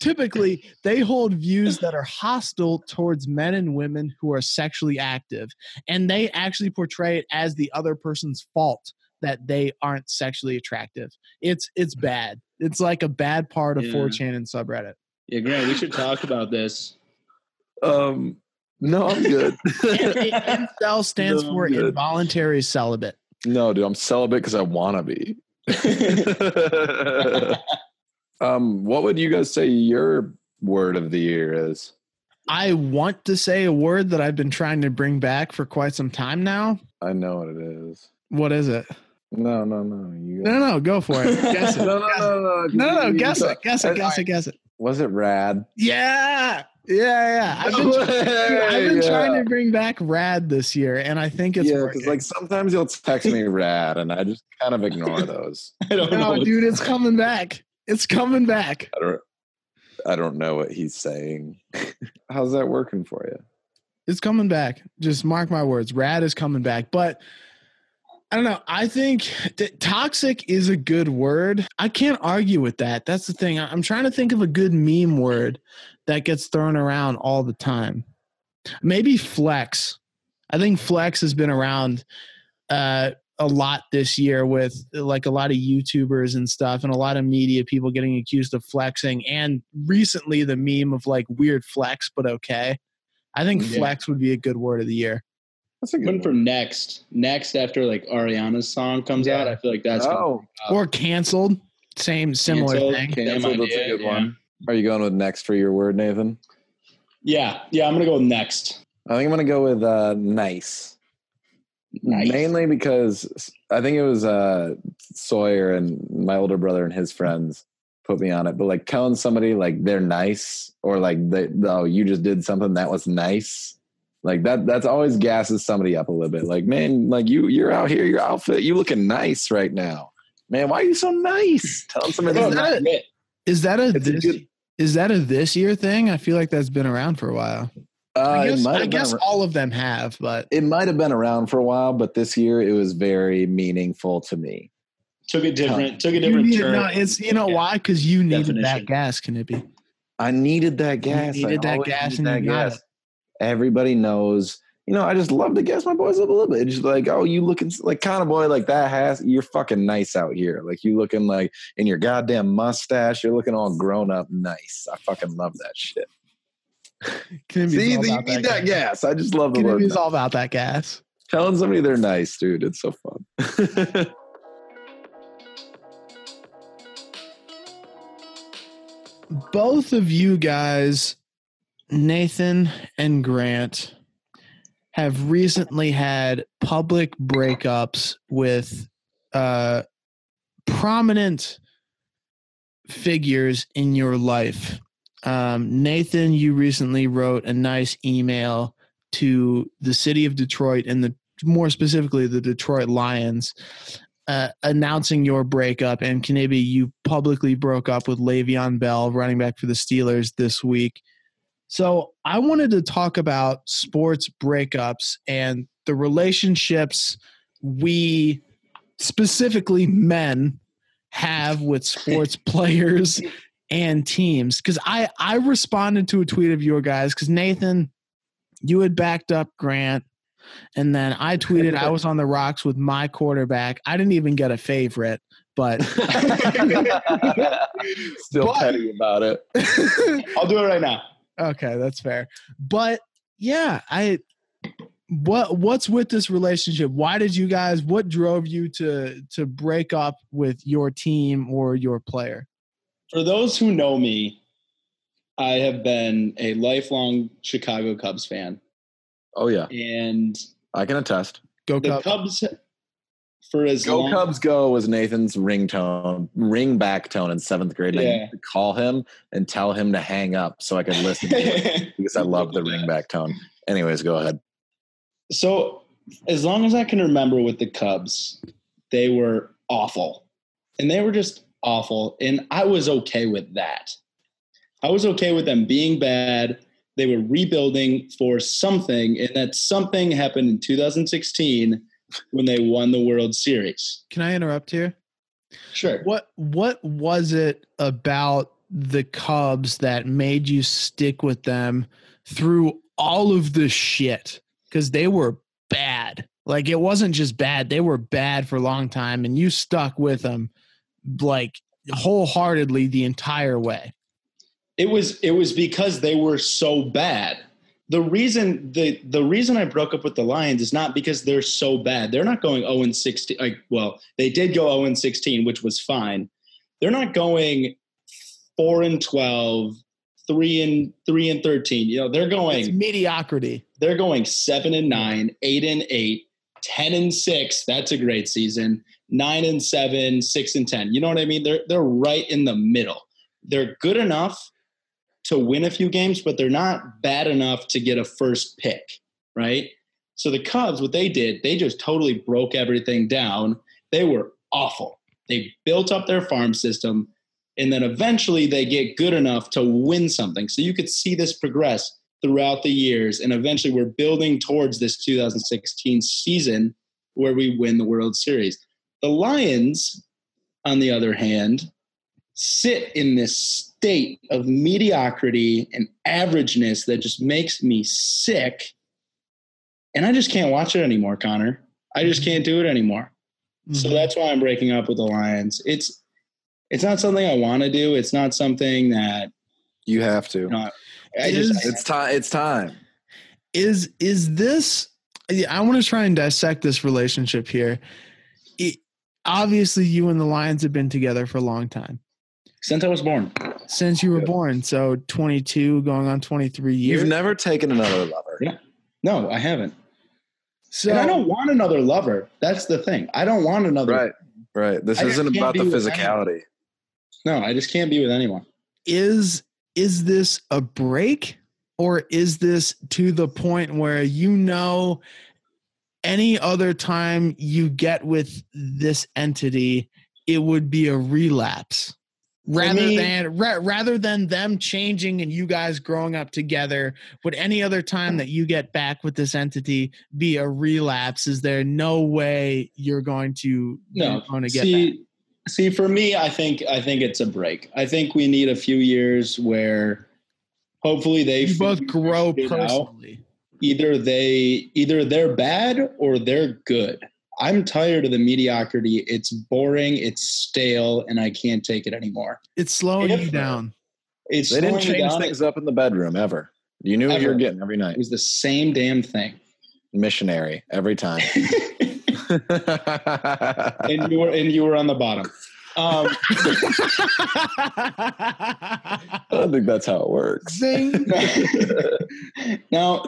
Speaker 3: Typically, they hold views that are hostile towards men and women who are sexually active, and they actually portray it as the other person's fault that they aren't sexually attractive. It's it's bad. It's like a bad part of
Speaker 1: Mm. Yeah.
Speaker 3: 4chan and subreddit.
Speaker 1: Yeah, Grant. We should talk about this.
Speaker 2: Um, no, I'm good.
Speaker 3: And Incel stands
Speaker 1: No,
Speaker 3: for
Speaker 2: good.
Speaker 3: involuntary celibate.
Speaker 2: no, dude, I'm celibate because I want to be. um, what would you guys say your word of the year is?
Speaker 3: I want to say a word that I've been trying to bring back for quite some time now.
Speaker 2: I know what it is.
Speaker 3: What is it?
Speaker 2: No, no, no. You
Speaker 3: No, no, go for it. Guess it.
Speaker 2: no, no, no,
Speaker 3: No, no,
Speaker 2: You-
Speaker 3: guess it, guess it, guess it, guess it.
Speaker 2: Was it rad?
Speaker 3: Yeah, yeah, yeah. I've been, dude, I've been trying to bring back Rad this year, and I think it's
Speaker 2: yeah,
Speaker 3: working.
Speaker 2: because like sometimes you'll text me rad, and I just kind of ignore those.
Speaker 1: I don't know.
Speaker 3: no,
Speaker 1: what-
Speaker 3: dude, it's coming back. It's coming back.
Speaker 2: I don't, I don't know what he's saying. How's that working for you?
Speaker 3: It's coming back. Just mark my words. Rad is coming back, but. I don't know. I think that toxic is a good word. I can't argue with that. That's the thing. I- I'm trying to think of a good meme word that gets thrown around all the time. Maybe flex. I think flex has been around uh, a lot this year with like a lot of YouTubers and stuff, and a lot of media people getting accused of flexing. And recently, the meme of like weird flex, but okay. I think
Speaker 1: Yeah.
Speaker 3: flex would be a good word of the year.
Speaker 2: That's a good
Speaker 1: One for
Speaker 2: one.
Speaker 1: next. Next after like Ariana's song comes
Speaker 2: Yeah.
Speaker 1: out, I feel like that's
Speaker 2: Oh,
Speaker 3: or canceled. Same, similar
Speaker 1: Canceled,
Speaker 3: thing.
Speaker 1: Uh, canceled,
Speaker 2: Canceled, that's a
Speaker 1: idea,
Speaker 2: good
Speaker 1: yeah.
Speaker 2: one. Are you going with next for your word, Nathan?
Speaker 1: Yeah, yeah, I'm gonna go with next.
Speaker 2: I think I'm going to go with uh, nice.
Speaker 1: Nice.
Speaker 2: Mainly because I think it was uh, Sawyer and my older brother and his friends put me on it. But like telling somebody like they're nice or like they, oh you just did something that was nice, like that that's always gasses somebody up a little bit. Like man, like you you're out here, your outfit, you looking nice right now. Man, why are you so nice? Telling somebody
Speaker 3: Is
Speaker 2: they're
Speaker 3: that-
Speaker 2: nice.
Speaker 1: Nice.
Speaker 3: Is that a
Speaker 2: It's a
Speaker 3: this,
Speaker 2: good-
Speaker 3: is that a this year thing? I feel like that's been around for a while.
Speaker 2: Uh,
Speaker 3: I
Speaker 2: it
Speaker 3: guess,
Speaker 2: might
Speaker 3: I
Speaker 2: have
Speaker 3: guess
Speaker 2: been ar-
Speaker 3: all of them have, but
Speaker 2: it might have been around for a while, but this year it was very meaningful to me.
Speaker 1: Took a different, took a
Speaker 3: you
Speaker 1: different
Speaker 3: needed,
Speaker 1: turn.
Speaker 3: no, it's you know
Speaker 1: Yeah.
Speaker 3: why? Because you needed
Speaker 1: Definition.
Speaker 3: that gas, Knippy.
Speaker 2: I needed that gas.
Speaker 3: needed
Speaker 2: I
Speaker 3: that
Speaker 2: always
Speaker 3: gas
Speaker 2: needed
Speaker 3: and you got it.
Speaker 2: Everybody knows. You know, I just love to gas my boys up a little bit. Just like, oh, you looking s- like kind of boy like that has you're fucking nice out here. Like you looking like in your goddamn mustache, you're looking all grown up nice. I fucking love that shit.
Speaker 3: Knibby's
Speaker 2: See,
Speaker 3: all
Speaker 2: you
Speaker 3: about
Speaker 2: need that gas. I just love the word.
Speaker 3: Knibby's
Speaker 2: nice.
Speaker 3: all about that gas.
Speaker 2: Telling somebody they're nice, dude. It's so fun.
Speaker 3: Both of you guys, Nathan and Grant, have recently had public breakups with uh, prominent figures in your life. Um, Nathan, you recently wrote a nice email to the city of Detroit and the more specifically the Detroit Lions, uh, announcing your breakup. And Kanibi, you publicly broke up with Le'Veon Bell, running back for the Steelers, this week. So I wanted to talk about sports breakups and the relationships we, specifically men, have with sports players and teams. Because I I responded to a tweet of your guys because Nathan, you had backed up Grant. And then I tweeted I was on the rocks with my quarterback. I didn't even get a favorite, but
Speaker 2: Still
Speaker 3: But-
Speaker 2: petty about it.
Speaker 1: I'll do it right now.
Speaker 3: okay, that's fair. But yeah, I what what's with this relationship? Why did you guys what drove you to to break up with your team or your player?
Speaker 1: For those who know me, I have been a lifelong Chicago Cubs fan,
Speaker 2: Oh yeah,
Speaker 1: and
Speaker 2: I can attest.
Speaker 3: Go
Speaker 1: the
Speaker 3: Cubs.
Speaker 1: Cubs for as
Speaker 2: Go
Speaker 1: long
Speaker 2: Cubs Go was Nathan's ringtone, ring back tone in seventh grade. And I
Speaker 1: Yeah.
Speaker 2: used to call him and tell him to hang up so I could listen to it because I love the ring back tone. Anyways, go ahead.
Speaker 1: So, as long as I can remember with the Cubs, they were awful. And they were just awful. And I was okay with that. I was okay with them being bad. They were rebuilding for something. And that something happened in 2016 when they won the World Series.
Speaker 3: Can I interrupt here?
Speaker 1: Sure.
Speaker 3: What what was it about the Cubs that made you stick with them through all of the shit? Because they were bad. Like it wasn't just bad; they were bad for a long time, and you stuck with them like wholeheartedly the entire way.
Speaker 1: it was it was because they were so bad the reason the the reason i broke up with the lions is not because they're so bad they're not going 0 and 16 like well they did go 0 and 16 which was fine they're not going 4 and 12 3 and 3 and 13 you know they're
Speaker 3: It's
Speaker 1: going
Speaker 3: mediocrity.
Speaker 1: they're going 7 and 9 8 and 8 10 and 6 that's a great season 9 and 7 6 and 10 you know what i mean they're they're right in the middle they're good enough to win a few games but they're not bad enough to get a first pick right so the cubs what they did they just totally broke everything down they were awful they built up their farm system and then eventually they get good enough to win something so you could see this progress throughout the years and eventually we're building towards this 2016 season where we win the world series the lions on the other hand sit in this state of mediocrity and averageness that just makes me sick and i just can't watch it anymore connor i just can't do it anymore so
Speaker 3: Mm-hmm.
Speaker 1: that's why I'm breaking up with the Lions. It's it's not something I want to do. It's not something that
Speaker 2: You have to.
Speaker 1: No, I just
Speaker 3: Is-
Speaker 2: It's time. It's time.
Speaker 3: is is this yeah, i want to try and dissect this relationship here it, obviously you and the lions have been together for a long time
Speaker 1: since I was born.
Speaker 3: since you were
Speaker 2: Good.
Speaker 3: born. So 22 going on 23 years.
Speaker 2: You've never taken another lover.
Speaker 1: No, I haven't.
Speaker 3: so
Speaker 1: and I don't want another lover. That's the thing. I don't want another.
Speaker 2: Right. Right. This
Speaker 1: I just
Speaker 2: isn't
Speaker 1: can't
Speaker 2: about the
Speaker 1: be with anyone.
Speaker 2: physicality.
Speaker 1: No, I just can't be with anyone.
Speaker 3: is is this a break or is this to the point where you know any other time you get with this entity it would be a relapse rather
Speaker 1: me-
Speaker 3: than ra- rather than them changing and you guys growing up together would any other time that you get back with this entity be a relapse is there no way you're going to
Speaker 1: No.
Speaker 3: you're going to get
Speaker 1: see,
Speaker 3: back?
Speaker 1: see, for me, I think I think it's a break. I think we need a few years where hopefully they
Speaker 3: you both
Speaker 1: figure
Speaker 3: grow
Speaker 1: shit out.
Speaker 3: personally
Speaker 1: Either they either they're bad or they're good. I'm tired of the mediocrity. It's boring. It's stale, and I can't take it anymore.
Speaker 3: it's slowing
Speaker 1: If-
Speaker 3: you down
Speaker 1: It's
Speaker 2: They didn't
Speaker 1: slowing me
Speaker 2: change
Speaker 1: down.
Speaker 2: things up in the bedroom ever. You knew what you were
Speaker 1: Ever.
Speaker 2: getting every night.
Speaker 1: It was the same damn thing.
Speaker 2: Missionary every time.
Speaker 1: and you were and you were on the bottom. Um,
Speaker 2: I don't think that's how it works.
Speaker 3: Zing.
Speaker 1: now,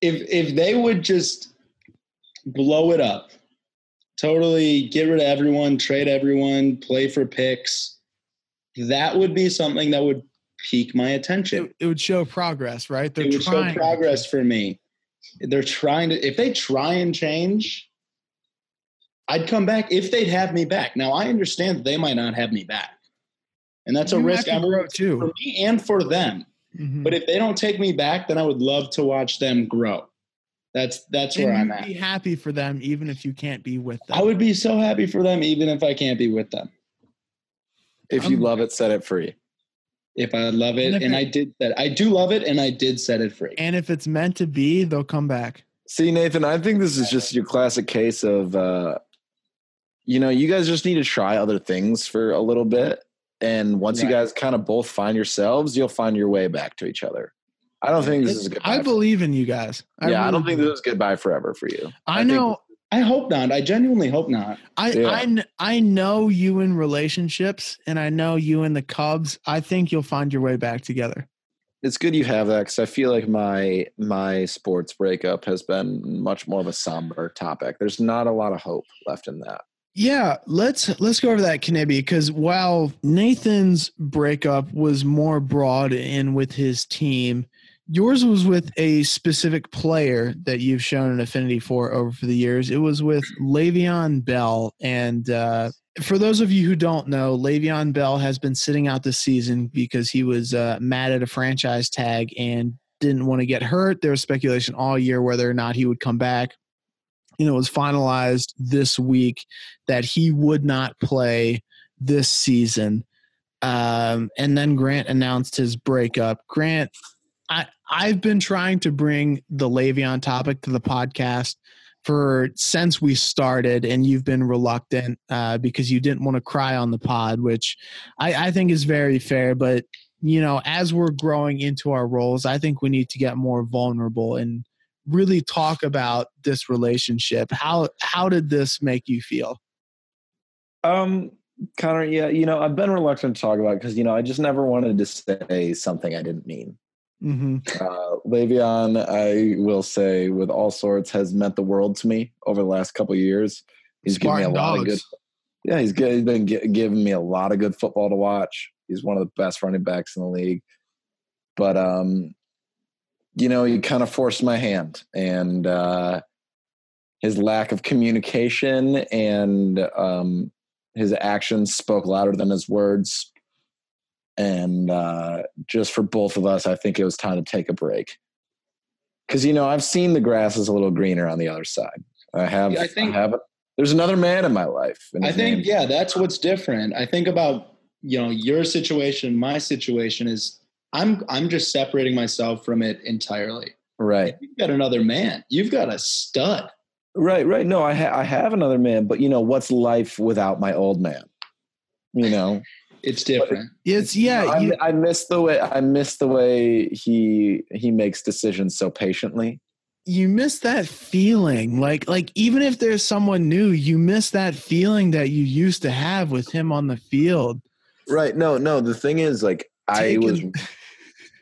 Speaker 1: if if they would just blow it up, totally get rid of everyone, trade everyone, play for picks, that would be something that would pique my attention.
Speaker 3: It, it would show progress, right? They're
Speaker 1: it would
Speaker 3: trying.
Speaker 1: show progress for me. They're trying to. If they try and change, I'd come back if they'd have me back. Now I understand that they might not have me back, and that's a
Speaker 3: You
Speaker 1: risk
Speaker 3: have
Speaker 1: I'm
Speaker 3: to grow
Speaker 1: for
Speaker 3: too.
Speaker 1: me and for them.
Speaker 3: Mhm.
Speaker 1: But if they don't take me back, then I would love to watch them grow. That's that's
Speaker 3: And
Speaker 1: where I'm
Speaker 3: you'd
Speaker 1: at.
Speaker 3: Be happy for them, even if you can't be with them.
Speaker 1: I would be so happy for them, even if I can't be with them.
Speaker 2: If you love it, set it free.
Speaker 1: If I love
Speaker 3: And
Speaker 1: it,
Speaker 3: if
Speaker 1: and
Speaker 3: it-
Speaker 1: I did that, I do love it, and I did set it free.
Speaker 3: And if it's meant to be, they'll come back.
Speaker 2: See, Nathan, I think this is just your classic case of, uh, you know, you guys just need to try other things for a little bit. And once you
Speaker 1: Right.
Speaker 2: guys kind of both find yourselves, you'll find your way back to each other. I don't think this is a goodbye.
Speaker 3: I believe in you guys.
Speaker 2: yeah, I
Speaker 3: really
Speaker 2: don't think
Speaker 3: do.
Speaker 2: this is goodbye forever for you.
Speaker 3: I,
Speaker 2: I think-
Speaker 3: know.
Speaker 1: I hope not. I genuinely hope not.
Speaker 3: I,
Speaker 2: Yeah.
Speaker 3: I kn- I know you in relationships, and I know you in the Cubs. I think you'll find your way back together.
Speaker 2: It's good you have that because I feel like my my sports breakup has been much more of a somber topic. There's not a lot of hope left in that.
Speaker 3: Yeah, let's let's go over that Knibi because while Nathan's breakup was more broad in with his team, yours was with a specific player that you've shown an affinity for over the years. It was with Le'Veon Bell, and uh, for those of you who don't know, Le'Veon Bell has been sitting out this season because he was uh, mad at a franchise tag and didn't want to get hurt. There was speculation all year whether or not he would come back. You know, it was finalized this week that he would not play this season. Um, and then Grant announced his breakup. Grant, I, I've been trying to bring the Le'Veon topic to the podcast for since we started, and you've been reluctant uh, because you didn't want to cry on the pod, which I, I think is very fair. But you know, as we're growing into our roles, I think we need to get more vulnerable and really talk about this relationship. How how did this make you feel?
Speaker 2: Um, Connor, yeah, you know, I've been reluctant to talk about because you know I just never wanted to say something I didn't mean.
Speaker 3: Mm-hmm.
Speaker 2: Uh, Le'Veon, I will say, with all sorts, has meant the world to me over the last couple of years. He's given me a lot of good. Yeah, he's, good, he's been gi- giving me a lot of good football to watch. He's one of the best running backs in the league. But um, you know, he kind of forced my hand, and uh, his lack of communication and um, his actions spoke louder than his words. And uh, just for both of us, I think it was time to take a break. Because you know, I've seen the grass is a little greener on the other side. I have.
Speaker 1: Yeah,
Speaker 2: I
Speaker 1: I think-
Speaker 2: have. There's another man in my life. and
Speaker 1: I
Speaker 2: his
Speaker 1: think
Speaker 2: name's
Speaker 1: yeah, that's what's different. I think about you know your situation, my situation is I'm I'm just separating myself from it entirely.
Speaker 2: Right,
Speaker 1: You've got another man. You've got a stud.
Speaker 2: right, right. No, I ha- I have another man, but you know what's life without my old man? You know,
Speaker 1: It's different.
Speaker 3: It's yeah.
Speaker 2: I,
Speaker 3: You,
Speaker 2: I miss the way I miss the way he he makes decisions so patiently.
Speaker 3: you miss that feeling, like like even if there's someone new, you miss that feeling that you used to have with him on the field.
Speaker 2: Right. No, no. The thing is, like, I was
Speaker 3: Taken-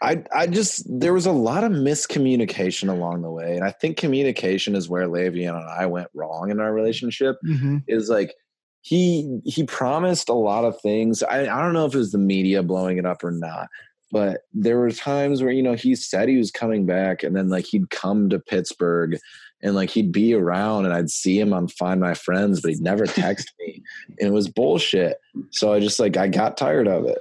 Speaker 2: I I just there was a lot of miscommunication along the way. And I think communication is where Le'Veon and I went wrong in our relationship.
Speaker 3: Mhm.
Speaker 2: Is like he he promised a lot of things. I, I don't know if it was the media blowing it up or not, but there were times where, you know, he said he was coming back and then like he'd come to Pittsburgh and like he'd be around and I'd see him on Find My Friends, but he'd never text me. And it was bullshit. So I just like I got tired of it.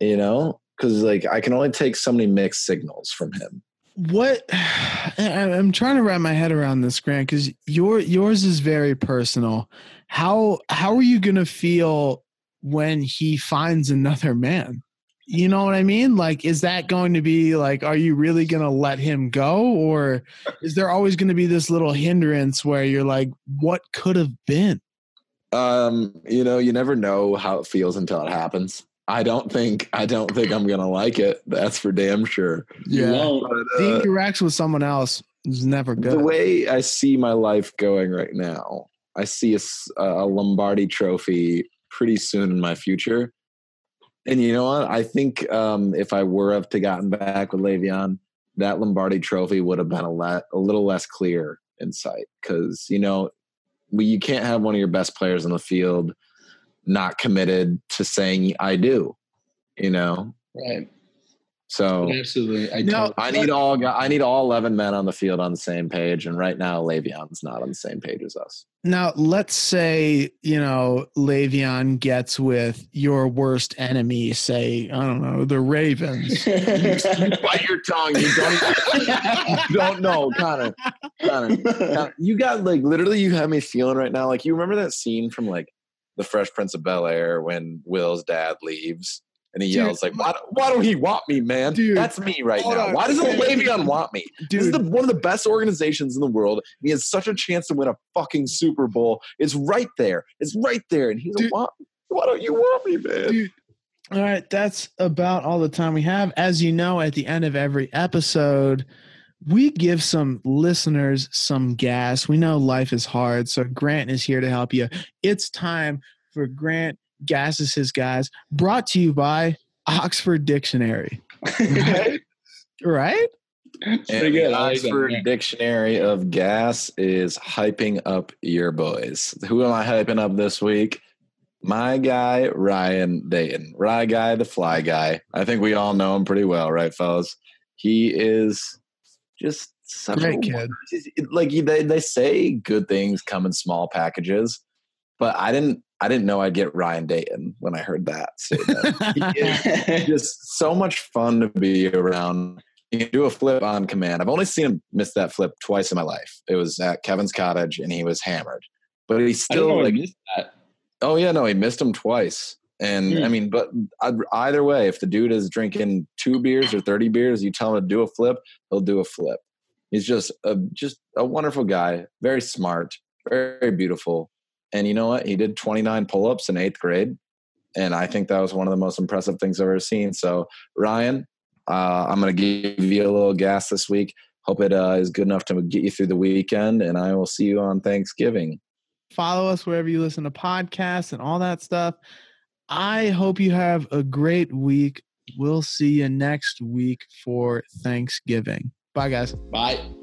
Speaker 2: You know? Cause like I can only take so many mixed signals from him.
Speaker 3: What I- I'm trying to wrap my head around this, Grant, because your yours is very personal. How how are you gonna feel when he finds another man? You know what I mean? Like, is that going to be like, are you really gonna let him go, or is there always gonna be this little hindrance where you're like, what could have been?
Speaker 2: Um, you know, you never know how it feels until it happens. I don't think I don't think I'm gonna like it. That's for damn sure.
Speaker 1: You won't.
Speaker 2: But, uh,
Speaker 3: Being direct with someone else is never good.
Speaker 2: the way I see my life going right now, I see a, s- a Lombardi trophy pretty soon in my future. And you know what? I think um, if I were have to gotten back with Le'Veon, that Lombardi trophy would have been a, lot, a little less clear in sight because you know we, you can't have one of your best players on the field not committed to saying I do. You know,
Speaker 1: Right.
Speaker 2: so
Speaker 1: Absolutely. I
Speaker 3: No,
Speaker 1: totally-
Speaker 2: I need all gu- I need all eleven men on the field on the same page, and right now Le'Veon's not on the same page as us.
Speaker 3: Now, let's say, you know, Le'Veon gets with your worst enemy, say, I don't know, the Ravens.
Speaker 2: Bite your tongue. You don't, you don't know, Connor. Connor, Connor, you got like literally. You have me feeling right now. Like you remember that scene from like The Fresh Prince of Bel Air when Will's dad leaves. And he
Speaker 3: Dude,
Speaker 2: yells like, why, "Why don't he want me, man?
Speaker 3: Dude,
Speaker 2: That's me right
Speaker 3: hold
Speaker 2: now.
Speaker 3: on.
Speaker 2: Why doesn't Le'Veon want me? This is
Speaker 3: Dude,
Speaker 2: the, one of the best organizations in the world. and He has such a chance to win a fucking Super Bowl. It's right there. It's right there. And he's
Speaker 3: Dude.
Speaker 2: like, why, why don't you want me, man?
Speaker 3: Dude. all right, that's about all the time we have. As you know, at the end of every episode, we give some listeners some gas. We know life is hard, so Grant is here to help you. It's time for Grant Gasses His Guys, brought to you by Oxford Dictionary, right?
Speaker 1: Pretty good.
Speaker 2: The
Speaker 1: I like that.
Speaker 2: Oxford
Speaker 1: Yeah.
Speaker 2: Dictionary of Gas is hyping up your boys. Who am I hyping up this week? My guy, Ryan Dayton. Rye guy, the fly guy. I think we all know him pretty well, right, fellas? He is just such a
Speaker 3: Great kid.
Speaker 2: like you- they, they say good things come in small packages but i didn't i didn't know i'd get ryan dayton when i heard that statement. He is just so much fun to be around he can do a flip on command i've only seen him miss that flip twice in my life it was at kevin's cottage and he was hammered but he's
Speaker 1: I don't know
Speaker 2: still
Speaker 1: what I
Speaker 2: like
Speaker 1: missed that.
Speaker 2: Oh yeah, no, he missed him twice. And
Speaker 1: Hmm.
Speaker 2: I mean, but I'd- either way, if the dude is drinking two beers or thirty beers, you tell him to do a flip, he'll do a flip. He's just a just a wonderful guy, very smart, very beautiful. And you know what? He did twenty nine pull ups in eighth grade, and I think that was one of the most impressive things I've ever seen. So Ryan, uh, I'm gonna give you a little gas this week. Hope it uh, is good enough to get you through the weekend, and I will see you on Thanksgiving.
Speaker 3: follow us wherever you listen to podcasts and all that stuff. I hope you have a great week. We'll see you next week for Thanksgiving. Bye, guys.
Speaker 1: Bye.